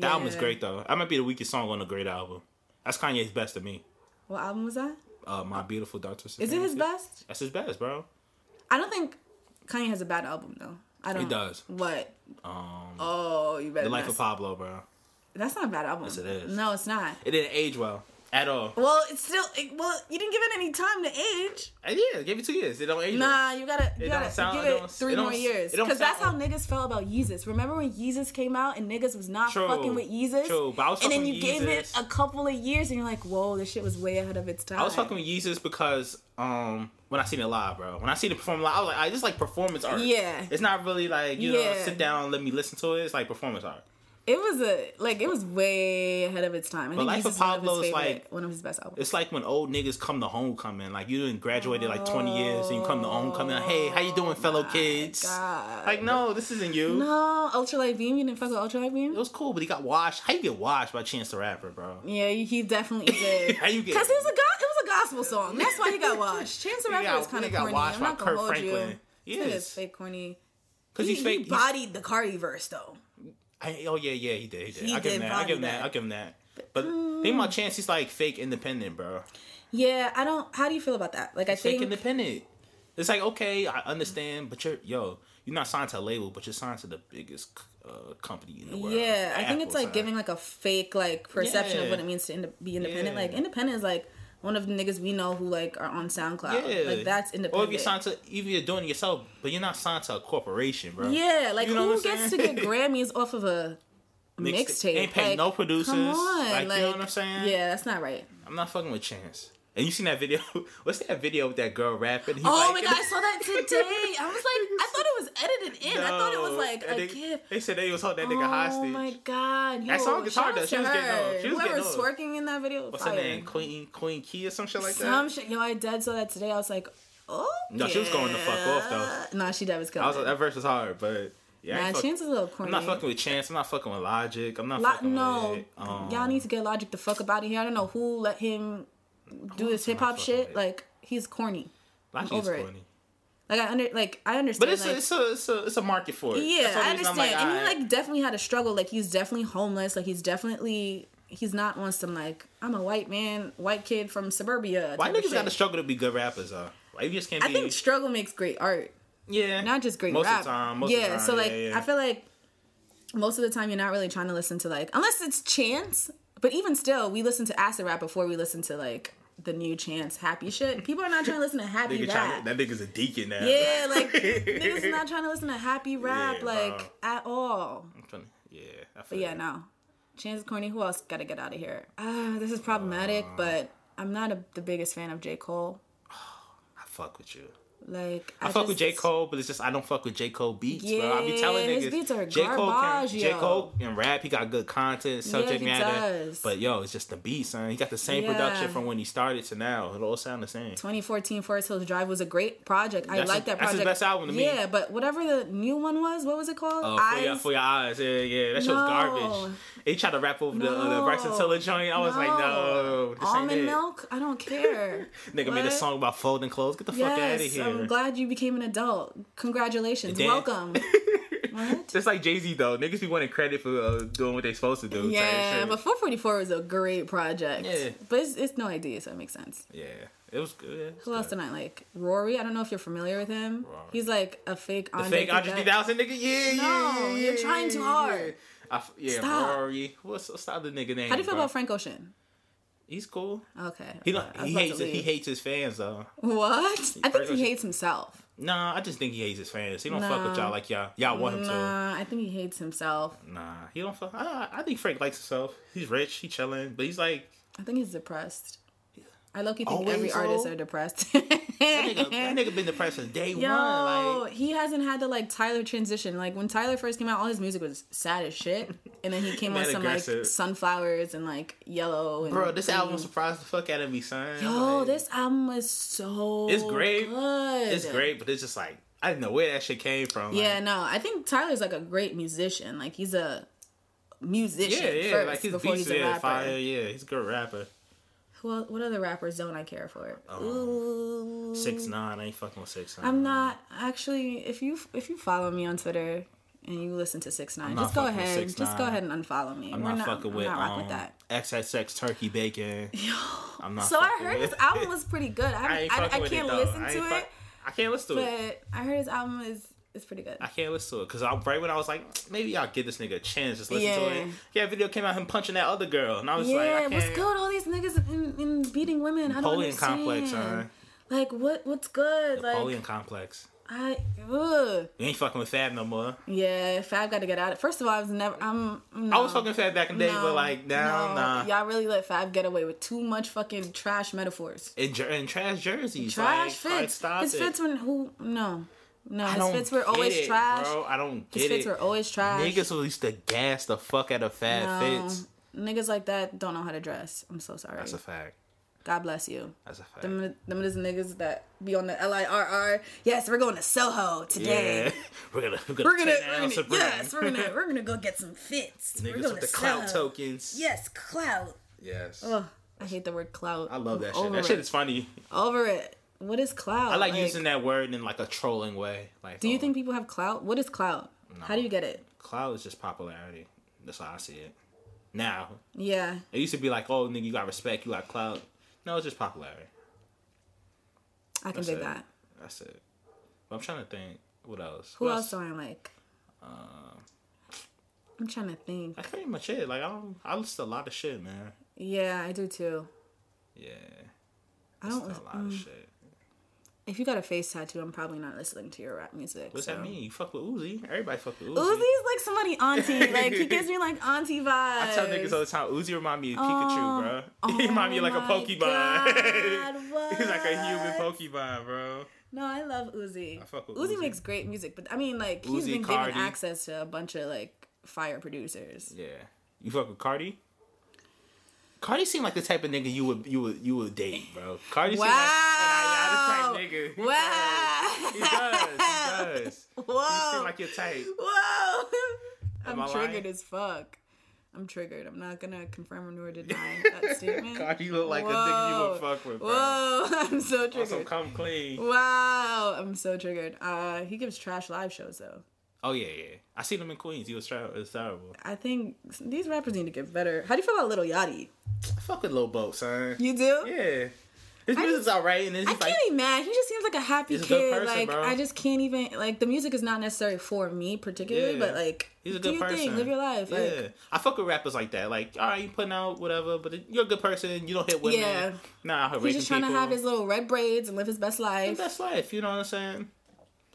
Speaker 1: The album is
Speaker 2: Yeah.
Speaker 1: great though. That might be the weakest song on a great album. That's Kanye's best to me.
Speaker 2: What album was that?
Speaker 1: Uh, My Beautiful Dark Twisted
Speaker 2: Is it his
Speaker 1: Fantasy.
Speaker 2: best?
Speaker 1: That's his best, bro.
Speaker 2: I don't think Kanye has a bad album though. I don't.
Speaker 1: He does. Um,
Speaker 2: What? oh, you better.
Speaker 1: The Life
Speaker 2: not
Speaker 1: of
Speaker 2: say-
Speaker 1: Pablo, bro.
Speaker 2: That's not a bad album. Yes,
Speaker 1: it is.
Speaker 2: No, it's not.
Speaker 1: It didn't age well at all. Uh,
Speaker 2: Well, it's still. It, well, you didn't give it any time to age.
Speaker 1: And yeah, it gave you two years. It don't age.
Speaker 2: Nah,
Speaker 1: well.
Speaker 2: you gotta, you
Speaker 1: It
Speaker 2: gotta
Speaker 1: don't sound-
Speaker 2: give
Speaker 1: it
Speaker 2: it
Speaker 1: don't-
Speaker 2: three
Speaker 1: it don't
Speaker 2: more
Speaker 1: s-
Speaker 2: years.
Speaker 1: it don't
Speaker 2: Because that's how
Speaker 1: sound-
Speaker 2: niggas felt about Yeezus. Remember when Yeezus came out and niggas was not
Speaker 1: True,
Speaker 2: fucking with Yeezus?
Speaker 1: true, but I was
Speaker 2: and then
Speaker 1: fucking
Speaker 2: you
Speaker 1: with
Speaker 2: gave it
Speaker 1: Yeezus.
Speaker 2: a couple of years and you're like, whoa, this shit was way ahead of its time.
Speaker 1: I was fucking with Yeezus because um when I seen it live, bro. When I seen it perform live, I was like, I just like performance art.
Speaker 2: Yeah.
Speaker 1: It's not really like you know
Speaker 2: Yeah.
Speaker 1: sit down, let me listen to it. It's like performance art.
Speaker 2: It was a like it was way ahead of its time. I think
Speaker 1: Life
Speaker 2: Yeezus
Speaker 1: of
Speaker 2: is one of his
Speaker 1: Pablo is
Speaker 2: favorite,
Speaker 1: like-
Speaker 2: one of his best albums.
Speaker 1: It's like when old niggas come to homecoming. Like you didn't graduated like twenty years and you come to homecoming. Like, hey, how you doing, fellow kids? Like no, this isn't you.
Speaker 2: No, Ultralight Beam. You didn't fuck with Ultralight Beam.
Speaker 1: It was cool, but he got washed. How you get washed by Chance the Rapper, bro?
Speaker 2: Yeah, he definitely did.
Speaker 1: How you get-
Speaker 2: Because it was a go- it was a gospel song. That's why he got washed. Chance the
Speaker 1: He
Speaker 2: Rapper
Speaker 1: got-
Speaker 2: was kind
Speaker 1: he
Speaker 2: of
Speaker 1: got
Speaker 2: corny.
Speaker 1: washed
Speaker 2: I'm
Speaker 1: by
Speaker 2: not gonna
Speaker 1: Kirk
Speaker 2: hold you.
Speaker 1: Franklin.
Speaker 2: This
Speaker 1: Yes.
Speaker 2: nigga's fake corny.
Speaker 1: Because
Speaker 2: He,
Speaker 1: he's fake.
Speaker 2: he
Speaker 1: he's-
Speaker 2: bodied the Cardi verse though.
Speaker 1: I, oh yeah, yeah, he did. He did.
Speaker 2: He
Speaker 1: I give him
Speaker 2: did
Speaker 1: that. I give
Speaker 2: body
Speaker 1: him that.
Speaker 2: that.
Speaker 1: I give him that. But think about Chance. He's like fake independent, bro.
Speaker 2: Yeah, I don't. How do you feel about that? Like, I
Speaker 1: Fake
Speaker 2: think
Speaker 1: independent. It's like okay, I understand, but you're yo, you're not signed to a label, but you're signed to the biggest uh, company in the world.
Speaker 2: Yeah, I think
Speaker 1: Apple
Speaker 2: it's like
Speaker 1: signed.
Speaker 2: giving like a fake like perception
Speaker 1: Yeah.
Speaker 2: of what it means to ind- be independent.
Speaker 1: Yeah.
Speaker 2: Like independent is like one of the niggas we know who like are on SoundCloud. Like that's
Speaker 1: Or
Speaker 2: independent.
Speaker 1: if you're signed to, even you're doing it yourself, but you're not signed to a corporation, bro.
Speaker 2: yeah, like
Speaker 1: You know what
Speaker 2: who
Speaker 1: I'm
Speaker 2: gets to
Speaker 1: saying?
Speaker 2: get Grammys off of a mixtape?
Speaker 1: Ain't pay
Speaker 2: Like,
Speaker 1: no producers.
Speaker 2: Come on,
Speaker 1: like,
Speaker 2: like,
Speaker 1: you know what I'm saying?
Speaker 2: Yeah, that's not right.
Speaker 1: I'm not fucking with Chance. And you seen that video? What's that video with that girl rapping? He
Speaker 2: Oh my
Speaker 1: like-
Speaker 2: god, I saw that today. I was like, I thought it was edited in. I thought it was
Speaker 1: No.
Speaker 2: like
Speaker 1: And
Speaker 2: a
Speaker 1: they,
Speaker 2: gift.
Speaker 1: They said they was holding that nigga
Speaker 2: Oh
Speaker 1: hostage.
Speaker 2: my god!
Speaker 1: That
Speaker 2: yo,
Speaker 1: song is hard,
Speaker 2: shout
Speaker 1: though.
Speaker 2: out
Speaker 1: She
Speaker 2: to
Speaker 1: was getting
Speaker 2: her.
Speaker 1: off. She was getting
Speaker 2: Whoever's
Speaker 1: off.
Speaker 2: twerking in that video.
Speaker 1: What's
Speaker 2: fire.
Speaker 1: her name? Queen Queen Key or some shit like that.
Speaker 2: Some shit. Yo, I dead saw that today. I was like, oh.
Speaker 1: No, she was going the fuck off though.
Speaker 2: Nah, she dead
Speaker 1: I
Speaker 2: was
Speaker 1: was
Speaker 2: killing.
Speaker 1: like,
Speaker 2: it.
Speaker 1: that verse was hard, but yeah. I
Speaker 2: Nah,
Speaker 1: ain't fuck-
Speaker 2: Chance is a little
Speaker 1: I'm
Speaker 2: corny.
Speaker 1: not fucking with Chance. I'm not fucking with Logic. I'm not
Speaker 2: Lo-
Speaker 1: fucking
Speaker 2: no,
Speaker 1: with. Um,
Speaker 2: y'all need to get Logic the fuck up out of here. I don't know who let him do this hip hop shit.
Speaker 1: with?
Speaker 2: Like he's corny.
Speaker 1: Logic
Speaker 2: over
Speaker 1: is
Speaker 2: it.
Speaker 1: corny.
Speaker 2: Like I under like I understand.
Speaker 1: But it's,
Speaker 2: like,
Speaker 1: a, it's, a, it's a it's a market for it.
Speaker 2: yeah,
Speaker 1: That's the
Speaker 2: I
Speaker 1: reason I'm
Speaker 2: understand. and he like definitely had a struggle. Like he's definitely homeless. Like he's definitely he's not on some like I'm a white man, white kid from suburbia.
Speaker 1: Why
Speaker 2: type of
Speaker 1: niggas got to
Speaker 2: shit.
Speaker 1: struggle to be good rappers? though? Like you just can't
Speaker 2: I
Speaker 1: be.
Speaker 2: think struggle makes great art.
Speaker 1: yeah,
Speaker 2: not just great
Speaker 1: Most
Speaker 2: rap.
Speaker 1: of the time, most
Speaker 2: yeah,
Speaker 1: of the time,
Speaker 2: so like
Speaker 1: yeah, yeah.
Speaker 2: I feel like most of the time you're not really trying to listen to like unless it's Chance, but even still, we listen to acid rap before we listen to like the new Chance happy shit. People are not trying to listen to happy
Speaker 1: Nigga tryna-
Speaker 2: rap.
Speaker 1: that nigga's a deacon now.
Speaker 2: yeah, like niggas are not trying to listen to happy rap
Speaker 1: Yeah,
Speaker 2: like
Speaker 1: wow.
Speaker 2: at all.
Speaker 1: I'm tryna- yeah, I feel
Speaker 2: But yeah, no. Chance is corny. Who else got to get out of here? Uh, this is problematic, but I'm not a, the biggest fan of J Cole.
Speaker 1: I fuck with you.
Speaker 2: Like
Speaker 1: I, fuck with J.
Speaker 2: just-
Speaker 1: Cole, but it's just I don't fuck with J. Cole beats, bro. I be telling
Speaker 2: Yeah,
Speaker 1: niggas
Speaker 2: his beats are
Speaker 1: J. Cole can
Speaker 2: garbage,
Speaker 1: J.
Speaker 2: yo.
Speaker 1: Cole can rap, he got good content, subject
Speaker 2: he
Speaker 1: matter.
Speaker 2: does.
Speaker 1: But yo, it's just the beat, son. He got the same
Speaker 2: Yeah.
Speaker 1: production from when he started to now. It all sound the same.
Speaker 2: 2014 Forest Hills Drive was a great project. I
Speaker 1: That's
Speaker 2: like
Speaker 1: his-
Speaker 2: that
Speaker 1: that's his
Speaker 2: project.
Speaker 1: best album to me.
Speaker 2: Yeah, but whatever the new one was, what was it called?
Speaker 1: Oh, for your,
Speaker 2: Eyes?
Speaker 1: for your eyes, yeah, yeah, that shit was
Speaker 2: No.
Speaker 1: garbage. He tried to rap over the, uh, the
Speaker 2: No.
Speaker 1: Bryson Tiller joint. I was like, no, this ain't
Speaker 2: almond
Speaker 1: it.
Speaker 2: milk. I don't care.
Speaker 1: Nigga made a
Speaker 2: What?
Speaker 1: song about folding clothes. Get the fuck out of
Speaker 2: Yes,
Speaker 1: here.
Speaker 2: I'm glad you became an adult. Congratulations,
Speaker 1: Dance.
Speaker 2: welcome. what?
Speaker 1: Just like Jay Z though, niggas be wanting credit for uh, doing what they supposed to do. type
Speaker 2: Yeah,
Speaker 1: shit.
Speaker 2: but 444 was a great project.
Speaker 1: Yeah.
Speaker 2: But it's, it's no idea, so it makes sense.
Speaker 1: yeah, it was good.
Speaker 2: Who else did I like? Rory. I don't know if you're familiar with him. He's like a fake
Speaker 1: The
Speaker 2: Andre.
Speaker 1: fake Andre 3000 nigga, yeah,
Speaker 2: No,
Speaker 1: yeah, yeah,
Speaker 2: you're
Speaker 1: yeah,
Speaker 2: trying too
Speaker 1: yeah,
Speaker 2: hard.
Speaker 1: Yeah, I f- yeah
Speaker 2: Stop.
Speaker 1: Rory. What's what's the other nigga name?
Speaker 2: How do you feel
Speaker 1: bro?
Speaker 2: about Frank Ocean?
Speaker 1: He's cool.
Speaker 2: Okay.
Speaker 1: He
Speaker 2: okay,
Speaker 1: don't,
Speaker 2: I was
Speaker 1: he
Speaker 2: about
Speaker 1: hates
Speaker 2: to
Speaker 1: he
Speaker 2: leave.
Speaker 1: hates his fans though.
Speaker 2: What? I think
Speaker 1: Frank
Speaker 2: he
Speaker 1: Ocean-
Speaker 2: hates himself.
Speaker 1: Nah, I just think he hates his fans. He don't fuck with y'all like y'all y'all want him to.
Speaker 2: Nah, Uh, I think he hates himself.
Speaker 1: Nah, he don't fuck. I, I think Frank likes himself. He's rich. He chilling, but he's like
Speaker 2: I think he's depressed. I low key think
Speaker 1: Always
Speaker 2: every artist
Speaker 1: though?
Speaker 2: are depressed.
Speaker 1: that nigga, that nigga been depressed since day
Speaker 2: Yo,
Speaker 1: one. Like
Speaker 2: he hasn't had the like Tyler transition. Like when Tyler first came out, all his music was sad as shit, and then he came on
Speaker 1: Mad
Speaker 2: some
Speaker 1: aggressive.
Speaker 2: like sunflowers and like yellow. And
Speaker 1: bro, this album surprised the fuck out of me, son.
Speaker 2: Yo,
Speaker 1: Like,
Speaker 2: this album was so.
Speaker 1: it's great.
Speaker 2: Good.
Speaker 1: It's great, but it's just like I didn't know where that shit came from. like-
Speaker 2: Yeah, no, I think Tyler's like a great musician. Like he's a musician
Speaker 1: yeah, yeah.
Speaker 2: first
Speaker 1: like his
Speaker 2: before
Speaker 1: beats,
Speaker 2: he's a
Speaker 1: yeah,
Speaker 2: rapper.
Speaker 1: fire, yeah. He's a good rapper.
Speaker 2: Well, what other rappers don't I care for?
Speaker 1: Oh.
Speaker 2: Ooh,
Speaker 1: Six nine, I ain't fucking with six nine.
Speaker 2: I'm not actually. If you if you follow me on Twitter and you listen to Six Nine,
Speaker 1: not
Speaker 2: just go
Speaker 1: fucking with
Speaker 2: ahead,
Speaker 1: 6ix9ine.
Speaker 2: just go ahead and unfollow me.
Speaker 1: I'm
Speaker 2: We're
Speaker 1: not, fucking
Speaker 2: I'm
Speaker 1: with
Speaker 2: not rocking
Speaker 1: um,
Speaker 2: with that.
Speaker 1: XXX Turkey Bacon. I'm not.
Speaker 2: So I
Speaker 1: fucking
Speaker 2: heard
Speaker 1: with-
Speaker 2: his album was pretty good. I,
Speaker 1: I
Speaker 2: I,
Speaker 1: ain't
Speaker 2: I,
Speaker 1: fucking with it,
Speaker 2: can't
Speaker 1: though.
Speaker 2: listen
Speaker 1: I
Speaker 2: to
Speaker 1: ain't
Speaker 2: it,
Speaker 1: fuck- I can't listen to it.
Speaker 2: But I heard his album is is pretty good.
Speaker 1: I can't listen to it because I right when I was like, maybe I'll give this nigga a chance, just listen to it.
Speaker 2: Yeah.
Speaker 1: Yeah, video came out him punching that other girl, and I was
Speaker 2: yeah,
Speaker 1: like, I can't.
Speaker 2: what's good? All these niggas in, in beating women. I don't
Speaker 1: Napoleon
Speaker 2: understand.
Speaker 1: complex, huh?
Speaker 2: Like what? What's good?
Speaker 1: Napoleon
Speaker 2: Like
Speaker 1: complex.
Speaker 2: I. Ugh.
Speaker 1: You ain't fucking with Fab no more.
Speaker 2: Yeah, Fab got to get out. of First of all, I was never. I'm. No,
Speaker 1: I was fucking Fab back in the day, but like now,
Speaker 2: no.
Speaker 1: nah.
Speaker 2: Y'all really let Fab get away with too much fucking trash metaphors.
Speaker 1: In, jer- in trash jerseys,
Speaker 2: Trash
Speaker 1: like, like,
Speaker 2: fits.
Speaker 1: stop
Speaker 2: his
Speaker 1: it.
Speaker 2: fits were who? No, no.
Speaker 1: I
Speaker 2: His
Speaker 1: don't
Speaker 2: fits were
Speaker 1: get
Speaker 2: always
Speaker 1: it,
Speaker 2: trash.
Speaker 1: Bro. I don't get
Speaker 2: His fits
Speaker 1: it.
Speaker 2: were always trash.
Speaker 1: Niggas who used to gas the fuck out of Fab
Speaker 2: No.
Speaker 1: fits.
Speaker 2: Niggas like that don't know how to dress. I'm so sorry.
Speaker 3: That's a fact.
Speaker 2: God bless you.
Speaker 3: That's a fact.
Speaker 2: Them, them is niggas that be on the L I R R. Yes, we're going to Soho today.
Speaker 1: Yeah, we're gonna we're gonna,
Speaker 2: We're gonna,
Speaker 1: turn
Speaker 2: we're
Speaker 1: down
Speaker 2: gonna
Speaker 1: some bread.
Speaker 2: yes, we're gonna we're gonna go get some fits. we're
Speaker 1: niggas
Speaker 2: going
Speaker 1: with
Speaker 2: to
Speaker 1: the clout
Speaker 2: Soho.
Speaker 1: tokens.
Speaker 2: Yes, clout.
Speaker 1: Yes.
Speaker 2: Ugh, I hate the word clout.
Speaker 1: I love that shit.
Speaker 2: Over
Speaker 1: That
Speaker 2: it.
Speaker 1: shit is funny.
Speaker 2: Over it. What is clout?
Speaker 1: I like, using that word in like a trolling way. Like,
Speaker 2: Oh, Do you
Speaker 1: oh,
Speaker 2: think people have clout? What is clout? How do you get it?
Speaker 1: clout is just popularity? That's how I see it. Now
Speaker 2: Yeah.
Speaker 1: it used to be like, oh nigga, you got respect, you got clout. No, it's just popularity.
Speaker 2: I can
Speaker 1: That's
Speaker 2: dig
Speaker 1: it.
Speaker 2: that.
Speaker 1: That's it. But I'm trying to think. What else?
Speaker 2: Who
Speaker 1: What
Speaker 2: else do I like? I'm trying to think.
Speaker 1: That's pretty much it. Like I don't. I list a lot of shit, man.
Speaker 2: Yeah, I do too.
Speaker 1: Yeah,
Speaker 2: I
Speaker 1: I
Speaker 2: don't.
Speaker 1: list a
Speaker 2: lis-
Speaker 1: lot of shit.
Speaker 2: If you got a face tattoo, I'm probably not listening to your rap music.
Speaker 1: What's
Speaker 2: so.
Speaker 1: that mean? You fuck with Uzi. Everybody fuck with Uzi.
Speaker 2: Uzi's like somebody auntie. Like he gives me like auntie vibes.
Speaker 1: I tell niggas all the time, Uzi remind me of Pikachu, bro. he remind me of like a
Speaker 2: Oh, my
Speaker 1: Pokemon.
Speaker 2: God,
Speaker 1: He's like a human
Speaker 2: what?
Speaker 1: Pokemon, bro.
Speaker 2: No, I love Uzi.
Speaker 1: I fuck with
Speaker 2: Uzi,
Speaker 1: Uzi.
Speaker 2: makes great music, but I mean, like he's
Speaker 1: Uzi,
Speaker 2: been
Speaker 1: Cardi.
Speaker 2: given access to a bunch of like fire producers.
Speaker 1: Yeah. You fuck with Cardi? Cardi seemed like the type of nigga you would you would you would date, bro. Cardi seemed
Speaker 2: Wow.
Speaker 1: like an Ayana type nigga. He does.
Speaker 2: Wow.
Speaker 1: He does. He does. You
Speaker 2: Whoa.
Speaker 1: seem like your type.
Speaker 2: Whoa.
Speaker 1: I
Speaker 2: I'm
Speaker 1: lying?
Speaker 2: triggered as fuck. I'm triggered. I'm not gonna confirm nor deny that statement.
Speaker 1: Cardi look like a nigga you would
Speaker 2: Whoa.
Speaker 1: fuck with, bro.
Speaker 2: Whoa, I'm so
Speaker 1: Also
Speaker 2: triggered.
Speaker 1: come clean.
Speaker 2: Wow, I'm so triggered. Uh, he gives trash live shows though.
Speaker 1: Oh yeah, yeah. I seen him in Queens. He was terrible. It was terrible.
Speaker 2: I think these rappers need to get better. How do you feel about Little Yachty?
Speaker 1: I fuck with Lil Boat, son.
Speaker 2: You do?
Speaker 1: Yeah. His music's alright, and then
Speaker 2: I
Speaker 1: he's like,
Speaker 2: can't be mad. He just seems like a happy
Speaker 1: He's a good
Speaker 2: kid.
Speaker 1: person,
Speaker 2: like
Speaker 1: bro.
Speaker 2: I just can't even like the music is not necessary for me particularly,
Speaker 1: Yeah.
Speaker 2: but like
Speaker 1: He's a
Speaker 2: do
Speaker 1: good
Speaker 2: your
Speaker 1: person.
Speaker 2: thing, live your life.
Speaker 1: Yeah,
Speaker 2: Like
Speaker 1: I fuck with rappers like that. Like, all right, you putting out whatever, but you're a good person. You don't hit women.
Speaker 2: Yeah.
Speaker 1: Nah, I
Speaker 2: he's just trying to have his little red braids and live his best life.
Speaker 1: best life. You know what I'm saying?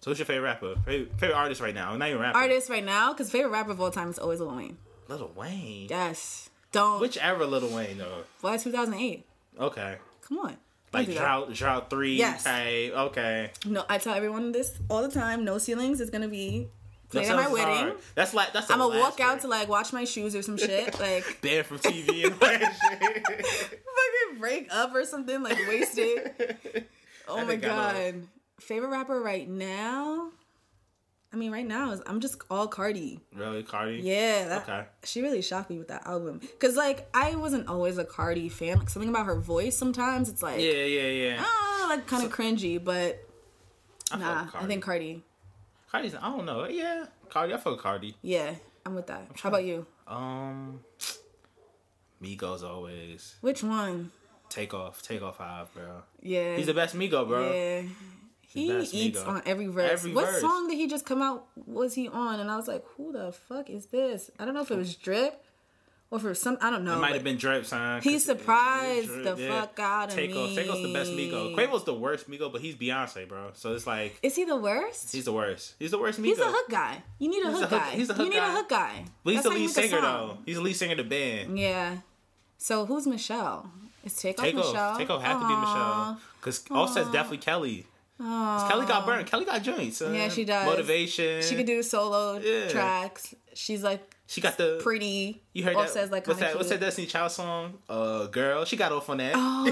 Speaker 1: So, who's your favorite rapper? Favorite, favorite artist right now? Not even rapper.
Speaker 2: Artist right now, because favorite rapper of all time is always Lil Wayne.
Speaker 1: Little Wayne.
Speaker 2: Yes, don't.
Speaker 1: Which era, Little Wayne though?
Speaker 2: Why 2008?
Speaker 1: Okay.
Speaker 2: Come on. Don't
Speaker 1: Like
Speaker 2: do that.
Speaker 1: drought, drought three
Speaker 2: Yes.
Speaker 1: type. Okay.
Speaker 2: No, I tell everyone this all the time. No ceilings is gonna be played at
Speaker 1: sounds
Speaker 2: my wedding.
Speaker 1: hard. That's like that's. the
Speaker 2: I'm gonna
Speaker 1: last
Speaker 2: walk out
Speaker 1: one.
Speaker 2: to like wash my shoes or some shit, like
Speaker 1: banned from TV and all that shit.
Speaker 2: fucking break up or something, like wasted. Oh my
Speaker 1: think I
Speaker 2: god,
Speaker 1: know.
Speaker 2: favorite rapper right now? I mean, right now is I'm just all Cardi.
Speaker 1: Really, Cardi?
Speaker 2: Yeah, that,
Speaker 1: Okay.
Speaker 2: she really shocked me with that album because like I wasn't always a Cardi fan. Like something about her voice sometimes it's like
Speaker 1: Yeah, yeah, yeah.
Speaker 2: ah, like kind of cringy, but
Speaker 1: I fuck
Speaker 2: nah,
Speaker 1: with
Speaker 2: I think Cardi.
Speaker 1: Cardi's. I don't know. Yeah, Cardi. I fuck with Cardi.
Speaker 2: Yeah, I'm with that. How about you?
Speaker 1: Um, Migos always
Speaker 2: Which one?
Speaker 1: take off, take off five, bro.
Speaker 2: Yeah.
Speaker 1: He's the best Migo, bro.
Speaker 2: Yeah. He
Speaker 1: best
Speaker 2: eats
Speaker 1: nigga.
Speaker 2: on every verse.
Speaker 1: Every
Speaker 2: what
Speaker 1: verse.
Speaker 2: song did he just come out? Was he on? And I was like, who the fuck is this? I don't know if it was Drip or for some. I don't know.
Speaker 1: It might
Speaker 2: but
Speaker 1: have been Drip, son.
Speaker 2: He
Speaker 1: 'cause it-
Speaker 2: surprised
Speaker 1: Drip,
Speaker 2: the fuck out of
Speaker 1: take
Speaker 2: me.
Speaker 1: Off. Take off's the best Migo. Quavo's the worst Migo, but he's Beyonce, bro. So it's like
Speaker 2: Is he the worst?
Speaker 1: he's the worst. He's the worst Migo.
Speaker 2: He's a hook guy. You need a
Speaker 1: He's a
Speaker 2: hook
Speaker 1: hook-
Speaker 2: guy.
Speaker 1: he's a hook
Speaker 2: you need
Speaker 1: guy.
Speaker 2: a hook guy.
Speaker 1: But he's
Speaker 2: That's
Speaker 1: the
Speaker 2: how you
Speaker 1: lead
Speaker 2: make a
Speaker 1: singer though.
Speaker 2: song.
Speaker 1: He's the lead singer of the band.
Speaker 2: Yeah. So who's Michelle? Is Takeoff
Speaker 1: Take
Speaker 2: Oh, Michelle?
Speaker 1: off. Take off had to be
Speaker 2: Aw.
Speaker 1: Michelle. Because Offset's definitely Kelly. 'Cause Kelly got burned. Kelly got joints. son.
Speaker 2: Yeah, she does.
Speaker 1: Motivation.
Speaker 2: She could do solo
Speaker 1: Yeah.
Speaker 2: tracks. She's like
Speaker 1: She got the
Speaker 2: pretty.
Speaker 1: You heard that?
Speaker 2: Offset's, like
Speaker 1: what's
Speaker 2: kinda
Speaker 1: that? What's that
Speaker 2: cute.
Speaker 1: Destiny Child song? Uh, girl, she got off on that. Oh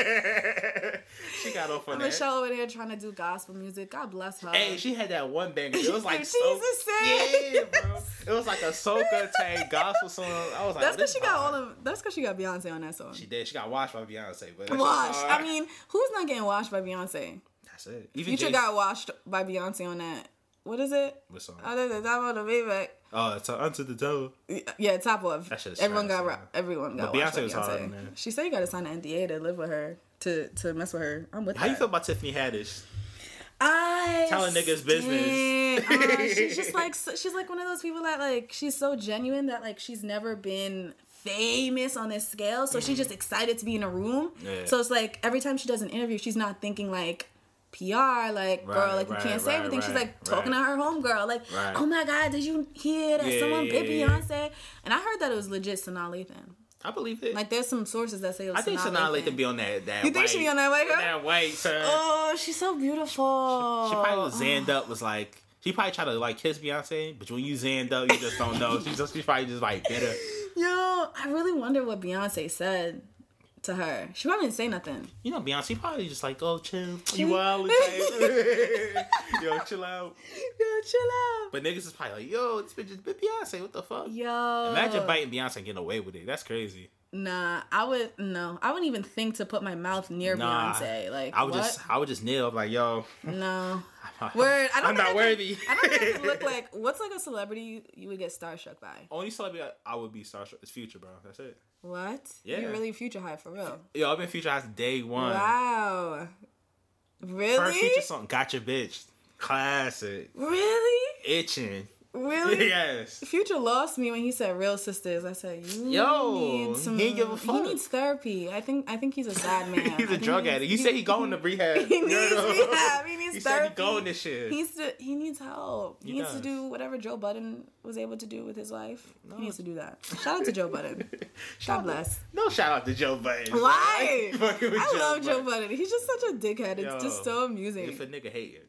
Speaker 1: yeah, she got off on that.
Speaker 2: Oh, Michelle over there trying to do gospel music. God bless her.
Speaker 1: Hey, she had that one banger. It was like
Speaker 2: She's
Speaker 1: so-
Speaker 2: a saint.
Speaker 1: Yeah, bro. It was like a soca type gospel song. I was like,
Speaker 2: that's
Speaker 1: this
Speaker 2: because she got
Speaker 1: hard.
Speaker 2: all of. That's because she got Beyonce on that song.
Speaker 1: She did. She got washed by Beyonce, but that's
Speaker 2: washed.
Speaker 1: hard.
Speaker 2: I mean, who's not getting washed by Beyonce?
Speaker 1: that's it. Even
Speaker 2: Future
Speaker 1: Jay-
Speaker 2: got washed by Beyonce on that. What is it?
Speaker 1: What song?
Speaker 2: Other than that, on the Maybach.
Speaker 1: Oh, to unto the devil.
Speaker 2: Yeah, top of.
Speaker 1: That shit is
Speaker 2: Everyone
Speaker 1: trash,
Speaker 2: got. Ra-
Speaker 1: man.
Speaker 2: everyone got.
Speaker 1: But
Speaker 2: washed
Speaker 1: Beyonce
Speaker 2: by
Speaker 1: was hard on that.
Speaker 2: She said you got to sign an NDA to live with her. To to mess with her. I'm with.
Speaker 1: How you
Speaker 2: that.
Speaker 1: feel about Tiffany Haddish?
Speaker 2: I
Speaker 1: Telling niggas business.
Speaker 2: stink. Oh, she's just like so- she's like one of those people that like she's so genuine that like she's never been famous on this scale, so
Speaker 1: Mm-hmm.
Speaker 2: she's just excited to be in a room. So it's like every time she does an interview, she's not thinking like PR, like
Speaker 1: Right,
Speaker 2: girl, like
Speaker 1: right,
Speaker 2: you can't say
Speaker 1: right,
Speaker 2: everything. she's
Speaker 1: right,
Speaker 2: like talking
Speaker 1: right.
Speaker 2: to her homegirl, like,
Speaker 1: Right.
Speaker 2: oh my god, did you hear that
Speaker 1: Yeah,
Speaker 2: someone
Speaker 1: yeah,
Speaker 2: bit
Speaker 1: yeah, yeah.
Speaker 2: Beyonce? And I heard that it was legit Sanaa Lathan.
Speaker 1: I believe it.
Speaker 2: Like there's some sources that say it was
Speaker 1: I think Sanaa Lathan be on that. that
Speaker 2: You think she be on that white girl?
Speaker 1: That white sir.
Speaker 2: Oh, she's so beautiful.
Speaker 1: She probably was zanned up. Was like she probably tried to like kiss Beyonce, but when you zanned up, you just don't know. She's just she's probably just like bitter.
Speaker 2: Yo, I really wonder what Beyonce said to her. She probably didn't say nothing.
Speaker 1: You know, Beyonce probably just like, oh chill, you wild, type. yo, chill out.
Speaker 2: Yo, chill out.
Speaker 1: But niggas is probably like, yo, this bitch is bit Beyonce. What the fuck?
Speaker 2: Yo.
Speaker 1: Imagine biting Beyonce and getting away with it. That's crazy.
Speaker 2: Nah, I would no. I wouldn't even think to put my mouth near
Speaker 1: Nah,
Speaker 2: Beyonce. Like
Speaker 1: I would
Speaker 2: what?
Speaker 1: just, I would just kneel like, yo,
Speaker 2: no. Word. I
Speaker 1: I'm
Speaker 2: don't think I
Speaker 1: not
Speaker 2: could-
Speaker 1: worthy.
Speaker 2: I don't think I could look like what's like a celebrity you, you would get starstruck by.
Speaker 1: Only celebrity I- I would be starstruck is Future, bro. That's it.
Speaker 2: What?
Speaker 1: Yeah.
Speaker 2: You're really future high for real.
Speaker 1: Yo, I've been Future House day one.
Speaker 2: Wow. Really?
Speaker 1: First Future song, Got Your Bitch. Classic.
Speaker 2: Really?
Speaker 1: Itching.
Speaker 2: Really?
Speaker 1: yes.
Speaker 2: Future lost me when he said "real sisters." I said, "You
Speaker 1: Yo,
Speaker 2: need some.
Speaker 1: he ain't give a
Speaker 2: He
Speaker 1: fuck.
Speaker 2: needs therapy. I think. I think he's a sad man. I
Speaker 1: He's a
Speaker 2: think
Speaker 1: drug
Speaker 2: he
Speaker 1: addict. He
Speaker 2: needs-
Speaker 1: said he going to rehab.
Speaker 2: He needs
Speaker 1: You know?
Speaker 2: rehab. He needs
Speaker 1: He said
Speaker 2: therapy.
Speaker 1: he going this shit.
Speaker 2: He needs to. He needs help. He,
Speaker 1: He
Speaker 2: needs to
Speaker 1: does.
Speaker 2: do whatever Joe Budden was able to do with his life. He needs to do that. Shout out to Joe Budden. God bless.
Speaker 1: No shout out to Joe Budden.
Speaker 2: Why?
Speaker 1: I fucking with
Speaker 2: I love Joe
Speaker 1: Budden.
Speaker 2: Budden. He's just such a dickhead. It's
Speaker 1: Yo,
Speaker 2: just so
Speaker 1: If a
Speaker 2: amusing.
Speaker 1: nigga hating,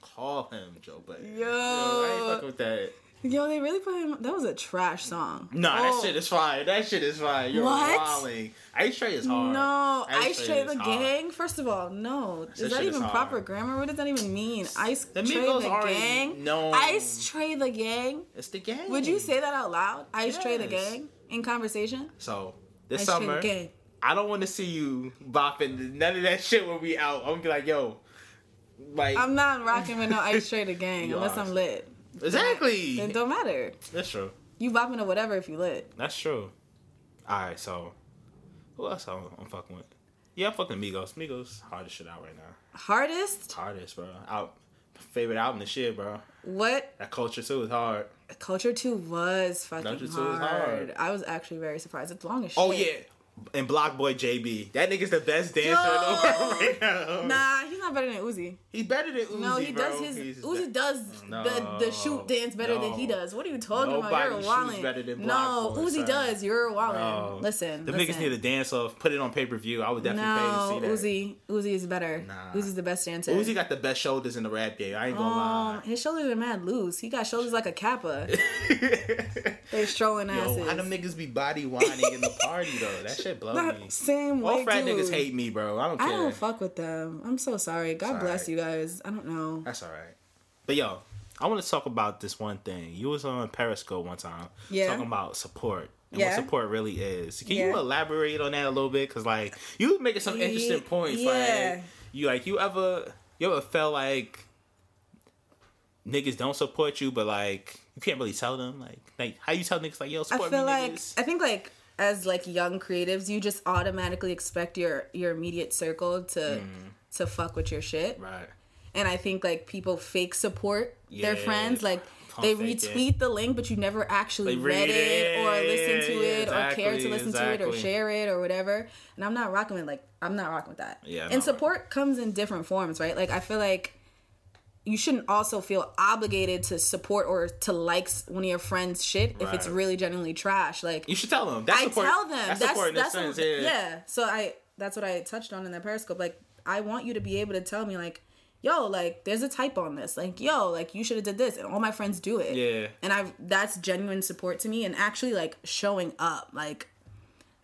Speaker 1: call him Joe Budden.
Speaker 2: Yo.
Speaker 1: I ain't fucking with that.
Speaker 2: Yo, they really put him. That was a trash song.
Speaker 1: Nah,
Speaker 2: Oh.
Speaker 1: that shit is fine. That shit is fine. You're
Speaker 2: What?
Speaker 1: wilding. Ice Tray is hard.
Speaker 2: No, Ice Tray
Speaker 1: is
Speaker 2: the
Speaker 1: hard.
Speaker 2: Gang. First of all, no. Is
Speaker 1: That
Speaker 2: that
Speaker 1: shit is
Speaker 2: even
Speaker 1: hard.
Speaker 2: proper grammar? What does that even mean? Ice
Speaker 1: The
Speaker 2: Tray
Speaker 1: Migos
Speaker 2: the
Speaker 1: already
Speaker 2: Gang.
Speaker 1: known.
Speaker 2: Ice Tray the Gang.
Speaker 1: It's the gang.
Speaker 2: Would you say that out loud? Ice Tray the
Speaker 1: Yes.
Speaker 2: Gang in conversation.
Speaker 1: So this
Speaker 2: Ice
Speaker 1: summer,
Speaker 2: Tray the Gang.
Speaker 1: I don't want to see you bopping none of that shit when we out. I'm gonna be like, yo, like
Speaker 2: I'm not rocking with no Ice Tray the Gang
Speaker 1: You
Speaker 2: unless
Speaker 1: are.
Speaker 2: I'm lit. It
Speaker 1: exactly.
Speaker 2: don't matter.
Speaker 1: That's true.
Speaker 2: You bopping to whatever if you lit.
Speaker 1: That's true. All right, so who else I'm, I'm fucking with? Yeah, I'm fucking Migos. Migos hardest shit out right now.
Speaker 2: Hardest?
Speaker 1: Hardest, bro. Out favorite album this year, bro.
Speaker 2: What
Speaker 1: That culture too is hard.
Speaker 2: Culture 2 was fucking
Speaker 1: Culture 2 is
Speaker 2: hard.
Speaker 1: hard.
Speaker 2: I was actually very surprised. It's long as shit.
Speaker 1: Oh yeah, and Block Boy JB. That nigga's the best dancer in the world right now.
Speaker 2: Nah, he's not better than Uzi.
Speaker 1: He's better than Uzi.
Speaker 2: No, he
Speaker 1: bro.
Speaker 2: does his
Speaker 1: He's
Speaker 2: Uzi
Speaker 1: be-
Speaker 2: does the, the
Speaker 1: No,
Speaker 2: shoot dance better than he
Speaker 1: no.
Speaker 2: does. What are you talking
Speaker 1: Nobody
Speaker 2: about? You're
Speaker 1: shoots
Speaker 2: wilding.
Speaker 1: better than
Speaker 2: no,
Speaker 1: Block Boy,
Speaker 2: Uzi
Speaker 1: son.
Speaker 2: does. You're wilding.
Speaker 1: No.
Speaker 2: Listen,
Speaker 1: The
Speaker 2: listen.
Speaker 1: niggas need to dance off. Put it on pay per view. I would definitely
Speaker 2: No,
Speaker 1: pay to see that.
Speaker 2: Uzi, Uzi is better.
Speaker 1: Nah.
Speaker 2: Uzi's the best dancer.
Speaker 1: Uzi got the best shoulders in the rap game. I ain't gonna
Speaker 2: um,
Speaker 1: lie.
Speaker 2: his shoulders are mad loose. He got shoulders like a kappa. they strolling asses.
Speaker 1: Yo, how them niggas be body whining in the party though? That shit blow me.
Speaker 2: That same
Speaker 1: All
Speaker 2: white
Speaker 1: frat
Speaker 2: dude.
Speaker 1: niggas hate me, bro. I don't care.
Speaker 2: I don't fuck with them. I'm so sorry. God
Speaker 1: It's alright.
Speaker 2: bless you guys. I don't know.
Speaker 1: That's all right. But yo, I want to talk about this one thing. You was on Periscope one time
Speaker 2: Yeah.
Speaker 1: talking about support and
Speaker 2: Yeah.
Speaker 1: what support really is. Can you
Speaker 2: Yeah.
Speaker 1: elaborate on that a little bit? Cause like you was making some interesting points.
Speaker 2: yeah.
Speaker 1: Like you like you ever you ever felt like niggas don't support you, but like you can't really tell them like like how you tell niggas like yo support
Speaker 2: I
Speaker 1: me
Speaker 2: feel like
Speaker 1: niggas.
Speaker 2: I think like as like young creatives, you just automatically expect your your immediate circle to to fuck with your shit.
Speaker 1: right.
Speaker 2: And I think like people fake support
Speaker 1: Yeah.
Speaker 2: their friends. Like
Speaker 1: Can't
Speaker 2: they
Speaker 1: fake
Speaker 2: retweet the link, but you never actually
Speaker 1: Like,
Speaker 2: read
Speaker 1: read
Speaker 2: it,
Speaker 1: it.
Speaker 2: or listen to
Speaker 1: Yeah,
Speaker 2: it or care to
Speaker 1: exactly,
Speaker 2: listen to it or
Speaker 1: exactly.
Speaker 2: share it or whatever. And I'm not rocking with like I'm not rocking with that.
Speaker 1: Yeah,
Speaker 2: And
Speaker 1: not
Speaker 2: support comes in different forms, right? Like I feel like you shouldn't also feel obligated to support or to like s- one of your friends' shit if it's
Speaker 1: Right.
Speaker 2: really genuinely trash. Like
Speaker 1: You should tell them. That's
Speaker 2: I
Speaker 1: support.
Speaker 2: tell them
Speaker 1: That's,
Speaker 2: that's that's,
Speaker 1: support in a sense.
Speaker 2: what-
Speaker 1: yeah.
Speaker 2: So I that's what I touched on in that Periscope. Like I want you to be able to tell me like, yo, like there's a type on this. Like yo, like you should have did this, and all my friends do it.
Speaker 1: Yeah.
Speaker 2: And I that's genuine support to me, and actually like showing up. Like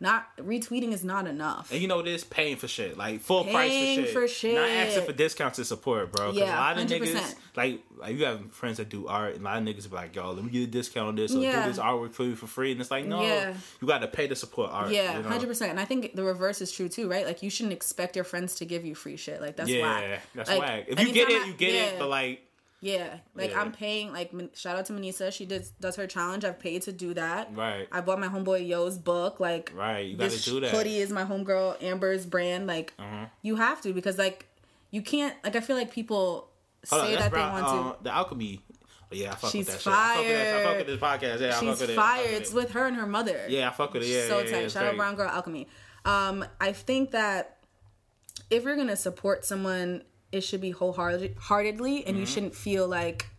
Speaker 2: not retweeting is not enough.
Speaker 1: And you know this, paying for shit, like full
Speaker 2: Paying
Speaker 1: price
Speaker 2: for
Speaker 1: for shit. not
Speaker 2: shit.
Speaker 1: asking for discounts to support, bro. 'Cause
Speaker 2: Yeah,
Speaker 1: a lot of
Speaker 2: 100%.
Speaker 1: niggas, like, like you have friends that do art, and a lot of niggas be like, "Yo, let me get a discount on this, or
Speaker 2: Yeah.
Speaker 1: do this artwork for you for free." And it's like, no,
Speaker 2: Yeah.
Speaker 1: you got to pay to support art.
Speaker 2: Yeah,
Speaker 1: you know?
Speaker 2: hundred percent. And I think the reverse is true too, right? Like you shouldn't expect your friends to give you free shit. Like that's
Speaker 1: Yeah,
Speaker 2: whack.
Speaker 1: that's
Speaker 2: Like,
Speaker 1: whack. If you get
Speaker 2: anytime
Speaker 1: it,
Speaker 2: I-
Speaker 1: you get
Speaker 2: yeah.
Speaker 1: it. But like,
Speaker 2: Yeah, like
Speaker 1: Yeah.
Speaker 2: I'm paying. Like Min- shout out to Manisa, she does does her challenge. I've paid to do that.
Speaker 1: Right.
Speaker 2: I bought my homeboy Yo's book. Like
Speaker 1: Right, you gotta do that. Uh-huh.
Speaker 2: Hoodie is my homegirl Amber's brand. Like you have to because like you can't. Like I feel like people
Speaker 1: Hold on,
Speaker 2: say
Speaker 1: that's
Speaker 2: that
Speaker 1: Brown-
Speaker 2: they want
Speaker 1: um, The alchemy. Oh, yeah, I fuck
Speaker 2: She's
Speaker 1: with that shit. I fuck with that. I fuck with this podcast. Yeah, I
Speaker 2: to.
Speaker 1: fuck with
Speaker 2: She's
Speaker 1: it.
Speaker 2: fire.
Speaker 1: I fuck
Speaker 2: It's with her and her mother.
Speaker 1: Yeah, I fuck with it. Yeah,
Speaker 2: so
Speaker 1: yeah, yeah,
Speaker 2: tight.
Speaker 1: it's
Speaker 2: Shout out
Speaker 1: very-
Speaker 2: Brown Girl Alchemy. Um, I think that if you're gonna support someone, it should be wholeheartedly, and
Speaker 1: Mm-hmm.
Speaker 2: you shouldn't feel like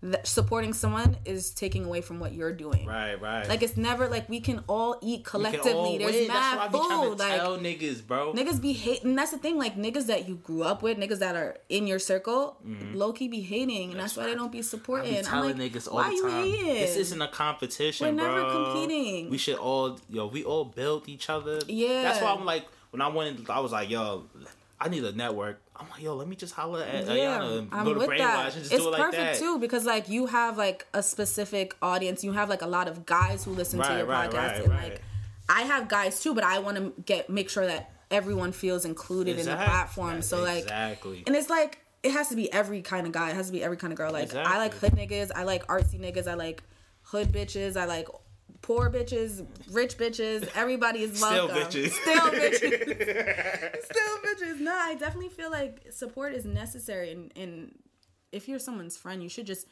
Speaker 2: that supporting someone is taking away from what you're doing.
Speaker 1: Right, right.
Speaker 2: Like it's never like we can all eat
Speaker 1: We can
Speaker 2: collectively.
Speaker 1: all
Speaker 2: There's
Speaker 1: win. That's
Speaker 2: mad
Speaker 1: what I be trying
Speaker 2: food.
Speaker 1: to
Speaker 2: Like
Speaker 1: tell niggas, bro.
Speaker 2: Niggas be hating. That's the thing. Like niggas that you grew up with, niggas that are in your circle, low key be hating, and that's why they don't be
Speaker 1: Mm-hmm. I
Speaker 2: supporting.
Speaker 1: be telling
Speaker 2: I'm like,
Speaker 1: niggas all
Speaker 2: why
Speaker 1: the
Speaker 2: you
Speaker 1: time.
Speaker 2: hating?
Speaker 1: This isn't a competition,
Speaker 2: We're never
Speaker 1: bro.
Speaker 2: competing.
Speaker 1: We should all, yo, we all build each other.
Speaker 2: Yeah.
Speaker 1: That's why I'm like, when I went, I was like, yo, I need a network. I'm like, yo, let me just holler at Ayana and uh, go to Brainwash and just
Speaker 2: it's
Speaker 1: do it like
Speaker 2: perfect
Speaker 1: that.
Speaker 2: too because like you have like a specific audience. You have like a lot of guys who listen to
Speaker 1: Right,
Speaker 2: your
Speaker 1: right,
Speaker 2: podcast,
Speaker 1: right,
Speaker 2: and
Speaker 1: right.
Speaker 2: like I have guys too, but I want to get make sure that everyone feels included in the
Speaker 1: Exact-
Speaker 2: platform. So like
Speaker 1: exactly.
Speaker 2: and it's like it has to be every kind of guy. It has to be every kind of girl. Like I like hood niggas. I like artsy niggas. I like hood bitches. I like poor bitches, rich bitches. Everybody is
Speaker 1: Still
Speaker 2: welcome.
Speaker 1: bitches.
Speaker 2: Still bitches. Still bitches. No, I definitely feel like support is necessary. And, and if you're someone's friend, you should just.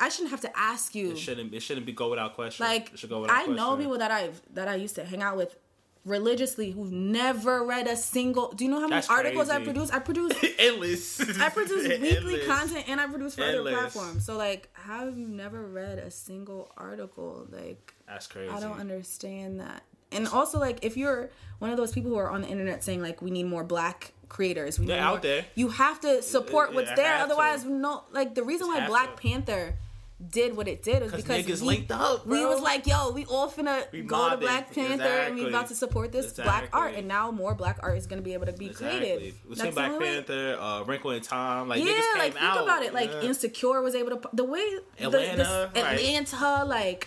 Speaker 2: I shouldn't have to ask you.
Speaker 1: It shouldn't. It shouldn't be go without question.
Speaker 2: Like
Speaker 1: it should go without
Speaker 2: I know
Speaker 1: question.
Speaker 2: people that I've that I used to hang out with religiously who've never read a single. Do you know how many
Speaker 1: That's
Speaker 2: articles I
Speaker 1: crazy.
Speaker 2: produce? I produce
Speaker 1: endless.
Speaker 2: I produce weekly
Speaker 1: Endless.
Speaker 2: content and I produce for other
Speaker 1: Endless.
Speaker 2: platforms. So like, how have you never read a single article? Like,
Speaker 1: That's crazy.
Speaker 2: I don't understand that. And also, like, if you're one of those people who are on the internet saying like, we need more black creators, we need
Speaker 1: They're out
Speaker 2: more-
Speaker 1: there.
Speaker 2: You have to support
Speaker 1: it-
Speaker 2: what's
Speaker 1: I
Speaker 2: there.
Speaker 1: have to.
Speaker 2: Otherwise, no. Like the reason why
Speaker 1: have
Speaker 2: Black
Speaker 1: to.
Speaker 2: Panther did what it did was
Speaker 1: 'Cause
Speaker 2: because
Speaker 1: niggas
Speaker 2: we,
Speaker 1: linked up,
Speaker 2: we
Speaker 1: bro.
Speaker 2: was like, yo, we all finna
Speaker 1: We
Speaker 2: go to
Speaker 1: mobbing.
Speaker 2: Black Panther and we
Speaker 1: Exactly.
Speaker 2: about to support this black art,
Speaker 1: Exactly.
Speaker 2: and now more black art is gonna be able to be created.
Speaker 1: Between
Speaker 2: That's the
Speaker 1: Black
Speaker 2: only way.
Speaker 1: Panther, uh, Wrinkle in Time, like
Speaker 2: Yeah,
Speaker 1: niggas came
Speaker 2: like think
Speaker 1: out.
Speaker 2: about it. Like
Speaker 1: yeah.
Speaker 2: Insecure was able to the way the- the,
Speaker 1: Atlanta, right.
Speaker 2: Atlanta, like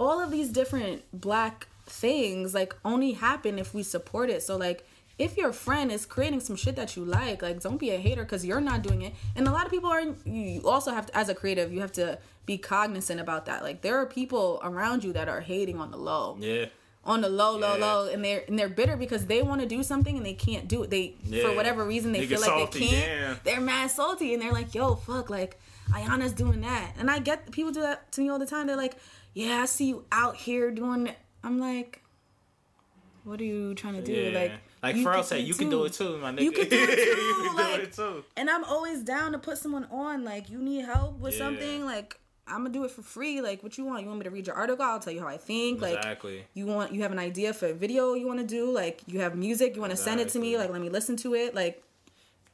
Speaker 2: all of these different black things, like only happen if we support it. So like. If your friend is creating some shit that you like, like don't be a hater because you're not doing it. And a lot of people are. You you also have to, as a creative, you have to be cognizant about that. Like there are people around you that are hating on the low
Speaker 1: yeah,
Speaker 2: on the low, low,
Speaker 1: Yeah.
Speaker 2: low, and they're and they're bitter because they want to do something and they can't do it. They for
Speaker 1: Yeah.
Speaker 2: whatever reason they
Speaker 1: They
Speaker 2: feel
Speaker 1: get
Speaker 2: like
Speaker 1: salty,
Speaker 2: they can't.
Speaker 1: yeah.
Speaker 2: They're mad salty and they're like, "Yo, fuck!" Like Ayana's doing that, and I get people do that to me all the time. They're like, "Yeah, I see you out here doing." that." I'm like, "What are you trying to do?"
Speaker 1: yeah.
Speaker 2: Like,
Speaker 1: Like, like
Speaker 2: you
Speaker 1: Pharrell
Speaker 2: can
Speaker 1: said,
Speaker 2: do
Speaker 1: you can do it too, my nigga.
Speaker 2: You can do it too.
Speaker 1: you can
Speaker 2: like,
Speaker 1: do it too.
Speaker 2: And I'm always down to put someone on. Like, you need help with something. Like, I'm gonna do it for free. Like, what you want? You want me to read your article? I'll tell you how I think. Like,
Speaker 1: Exactly.
Speaker 2: you want you have an idea for a video you want to do. Like, you have music you want to send it to me.
Speaker 1: Exactly.
Speaker 2: Like, let me listen to it. Like,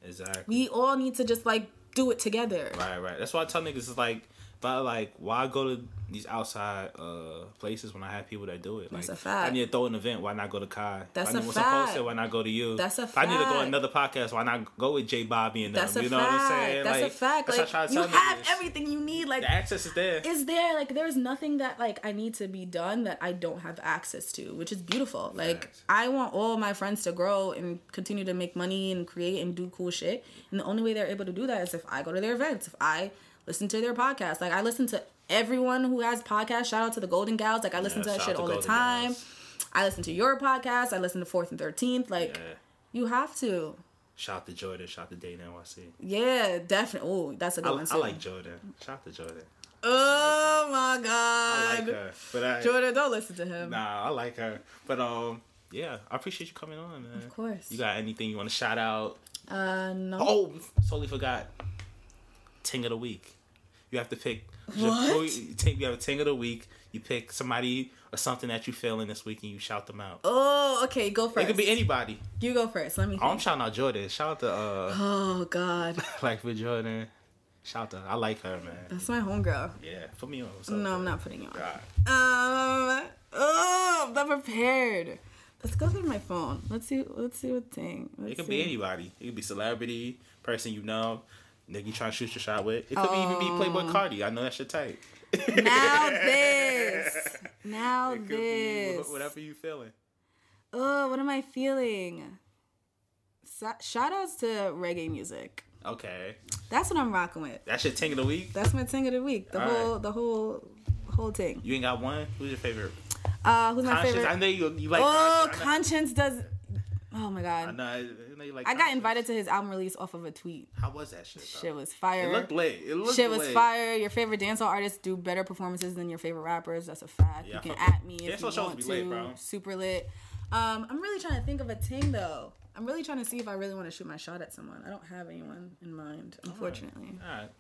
Speaker 1: Exactly.
Speaker 2: we all need to just like do it together.
Speaker 1: Right, right. That's why I tell niggas it's like, but like, why go to these outside uh places when I have people that do it? Like,
Speaker 2: That's a fact.
Speaker 1: I need to throw an event. Why not go to Kai? If
Speaker 2: That's
Speaker 1: I need
Speaker 2: a
Speaker 1: what's
Speaker 2: fact.
Speaker 1: Supposed to, why not go to you?
Speaker 2: That's a
Speaker 1: If I need to go
Speaker 2: fact.
Speaker 1: to another podcast. Why not go with J Bobby and them?
Speaker 2: That's a
Speaker 1: you know
Speaker 2: fact.
Speaker 1: what I'm saying?
Speaker 2: That's
Speaker 1: like,
Speaker 2: a fact.
Speaker 1: That's what
Speaker 2: Like,
Speaker 1: I
Speaker 2: you
Speaker 1: try to tell
Speaker 2: have
Speaker 1: niggas.
Speaker 2: everything you need. Like,
Speaker 1: The access is there.
Speaker 2: is there like there's nothing that like I need to be done that I don't have access to, which is beautiful. Like
Speaker 1: Facts.
Speaker 2: I want all my friends to grow and continue to make money and create and do cool shit. And the only way they're able to do that is if I go to their events, if I listen to their podcast. Like I listen to everyone who has podcasts. Shout out to the Golden Gals. Like I listen
Speaker 1: Yeah,
Speaker 2: to that
Speaker 1: shout
Speaker 2: shit
Speaker 1: out to
Speaker 2: all the
Speaker 1: Golden
Speaker 2: time.
Speaker 1: Gals.
Speaker 2: I listen to your podcast. I listen to Fourth and Thirteenth. Like
Speaker 1: Yeah.
Speaker 2: you have to.
Speaker 1: Shout to Jordan. Shout to Dane NYC.
Speaker 2: Yeah, definitely. Oh, that's a good
Speaker 1: I,
Speaker 2: one.
Speaker 1: I
Speaker 2: too.
Speaker 1: like Jordan. Shout to Jordan.
Speaker 2: Oh my god.
Speaker 1: I like her, but I
Speaker 2: Jordan, don't listen to him.
Speaker 1: nah, I like her, but um. Yeah, I appreciate you coming on, man. Of
Speaker 2: course.
Speaker 1: You got anything you want to shout out?
Speaker 2: Uh, no.
Speaker 1: Oh, totally forgot. Ting of the week. You have to pick.
Speaker 2: What?
Speaker 1: You take- you have a ting of the week. You pick somebody or something that you feel in this week, and you shout them out.
Speaker 2: Oh, okay, go first.
Speaker 1: It could be anybody.
Speaker 2: you go first. Let me.
Speaker 1: Oh, I'm
Speaker 2: think.
Speaker 1: shouting out Jordan. Shout out to uh,
Speaker 2: Oh God,
Speaker 1: Black for Jordan. Shout out. To, I like her, man.
Speaker 2: that's my homegirl.
Speaker 1: Yeah, put me on. What's up,
Speaker 2: Uh. No, I'm
Speaker 1: man?
Speaker 2: not putting you on.
Speaker 1: Alright.
Speaker 2: Um, oh, I'm not prepared. Let's go through my phone. Let's see. Let's see what thing.
Speaker 1: It could be anybody. It could be celebrity, person you know, nigga you trying to shoot your shot with. It could be even be
Speaker 2: Oh.
Speaker 1: Playboy Cardi. I know that's your type.
Speaker 2: Now this. Now
Speaker 1: It could be
Speaker 2: Oh, this.
Speaker 1: wh- whatever you feeling.
Speaker 2: Oh, what am I feeling? Sa- shout outs to reggae music.
Speaker 1: Okay,
Speaker 2: That's what I'm rocking with.
Speaker 1: that's your ting of the week.
Speaker 2: That's my thing of the week. The
Speaker 1: All right.
Speaker 2: whole, the whole, whole thing.
Speaker 1: You ain't got one. Who's your favorite?
Speaker 2: Uh, who's my
Speaker 1: Conscious.
Speaker 2: favorite?
Speaker 1: I know you. You like.
Speaker 2: oh,
Speaker 1: Conscious. I know-
Speaker 2: conscience does. Oh my
Speaker 1: I
Speaker 2: god.
Speaker 1: know. I, I know you like
Speaker 2: I got
Speaker 1: Kanye.
Speaker 2: invited to his album release off of a tweet.
Speaker 1: How was that shit? Though?
Speaker 2: Shit was fire.
Speaker 1: It looked lit. It looked
Speaker 2: Shit was
Speaker 1: lit.
Speaker 2: fire. Your favorite dancehall artists do better performances than your favorite rappers. That's a fact.
Speaker 1: Yeah, I
Speaker 2: you can
Speaker 1: fuck with-
Speaker 2: at me if
Speaker 1: Dancehall
Speaker 2: you
Speaker 1: shows
Speaker 2: want
Speaker 1: be
Speaker 2: to.
Speaker 1: lit, bro.
Speaker 2: Super lit. Um, I'm really trying to think of a ting though. I'm really trying to see if I really want to shoot my shot at someone. I don't have anyone in mind,
Speaker 1: Oh.
Speaker 2: unfortunately.
Speaker 1: All right.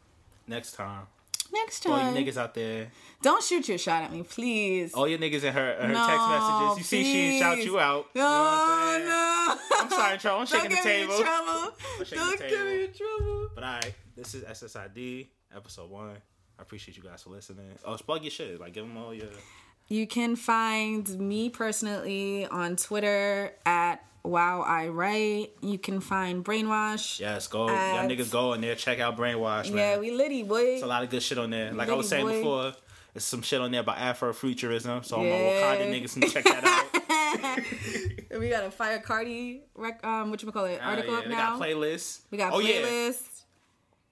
Speaker 1: Next time.
Speaker 2: Next
Speaker 1: All
Speaker 2: time,
Speaker 1: you niggas Oh, out there,
Speaker 2: don't shoot your shot at me, please.
Speaker 1: all your niggas in her, her
Speaker 2: No,
Speaker 1: text messages, you see she ain't shout
Speaker 2: please.
Speaker 1: you out.
Speaker 2: No,
Speaker 1: you know what I'm saying?
Speaker 2: Oh, no.
Speaker 1: I'm sorry, Charles. I'm shaking
Speaker 2: Don't
Speaker 1: the
Speaker 2: get me in
Speaker 1: table.
Speaker 2: trouble.
Speaker 1: shaking the
Speaker 2: Don't get
Speaker 1: table.
Speaker 2: me in trouble.
Speaker 1: But all right, this is SSID episode one. I appreciate you guys for listening. Oh, plug your shit. Like, give them all your.
Speaker 2: You can find me personally on Twitter at Wow I Write. You can find Brainwash.
Speaker 1: Yes, go.
Speaker 2: Ads.
Speaker 1: y'all niggas go in there. Check out Brainwash, man.
Speaker 2: Uh, Yeah, we litty boy.
Speaker 1: It's a lot of good shit on there. Like I
Speaker 2: Really,
Speaker 1: was saying
Speaker 2: boy.
Speaker 1: before, there's some shit on there about Afrofuturism. So all my
Speaker 2: Yeah.
Speaker 1: Wakanda niggas can check that out.
Speaker 2: We got a Fire Cardi rec- um what you call it
Speaker 1: Uh,
Speaker 2: article
Speaker 1: yeah,
Speaker 2: up
Speaker 1: they got
Speaker 2: now.
Speaker 1: playlists.
Speaker 2: we got
Speaker 1: oh, Yeah.
Speaker 2: playlist.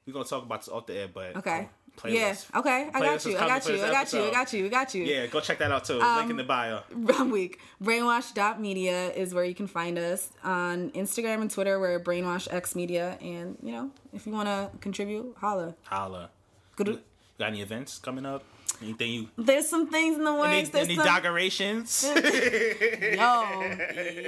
Speaker 1: We're gonna talk about this off the air, but
Speaker 2: Okay.
Speaker 1: oh,
Speaker 2: Yeah.
Speaker 1: playlist.
Speaker 2: Okay. I
Speaker 1: Playlist
Speaker 2: got
Speaker 1: is
Speaker 2: you. I
Speaker 1: coming
Speaker 2: got
Speaker 1: for
Speaker 2: you.
Speaker 1: this
Speaker 2: I got you. I
Speaker 1: episode.
Speaker 2: got you. I got you. Um,
Speaker 1: Yeah, go check that out too. Link in the bio.
Speaker 2: I'm weak. Brainwash dot media is where you can find us on Instagram and Twitter. We're Brainwash X Media, and you know if you want to contribute, holla.
Speaker 1: Holla.
Speaker 2: Good.
Speaker 1: You got any events coming up? Anything you?
Speaker 2: There's some things in the
Speaker 1: Any,
Speaker 2: works. There's
Speaker 1: any
Speaker 2: some
Speaker 1: inaugurations?
Speaker 2: yo,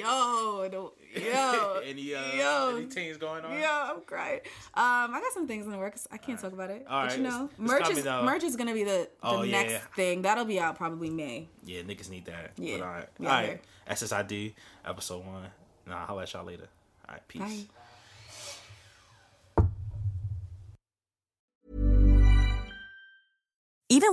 Speaker 2: Oh, yo, the- yo,
Speaker 1: any uh,
Speaker 2: yo.
Speaker 1: any things going on?
Speaker 2: yo, I'm crying. Um, I got some things in the works. I can't talk about it.
Speaker 1: All
Speaker 2: but
Speaker 1: right,
Speaker 2: you know,
Speaker 1: it's- it's
Speaker 2: merch
Speaker 1: coming
Speaker 2: is
Speaker 1: out.
Speaker 2: merch is gonna be the, the
Speaker 1: Oh, yeah,
Speaker 2: next
Speaker 1: yeah.
Speaker 2: thing. That'll be out probably May.
Speaker 1: Yeah, niggas need that.
Speaker 2: Yeah.
Speaker 1: But, all right.
Speaker 2: We
Speaker 1: all
Speaker 2: out
Speaker 1: right. SSID episode one. Nah, I'll holla at y'all later. All right. Peace.
Speaker 2: Bye.
Speaker 4: Even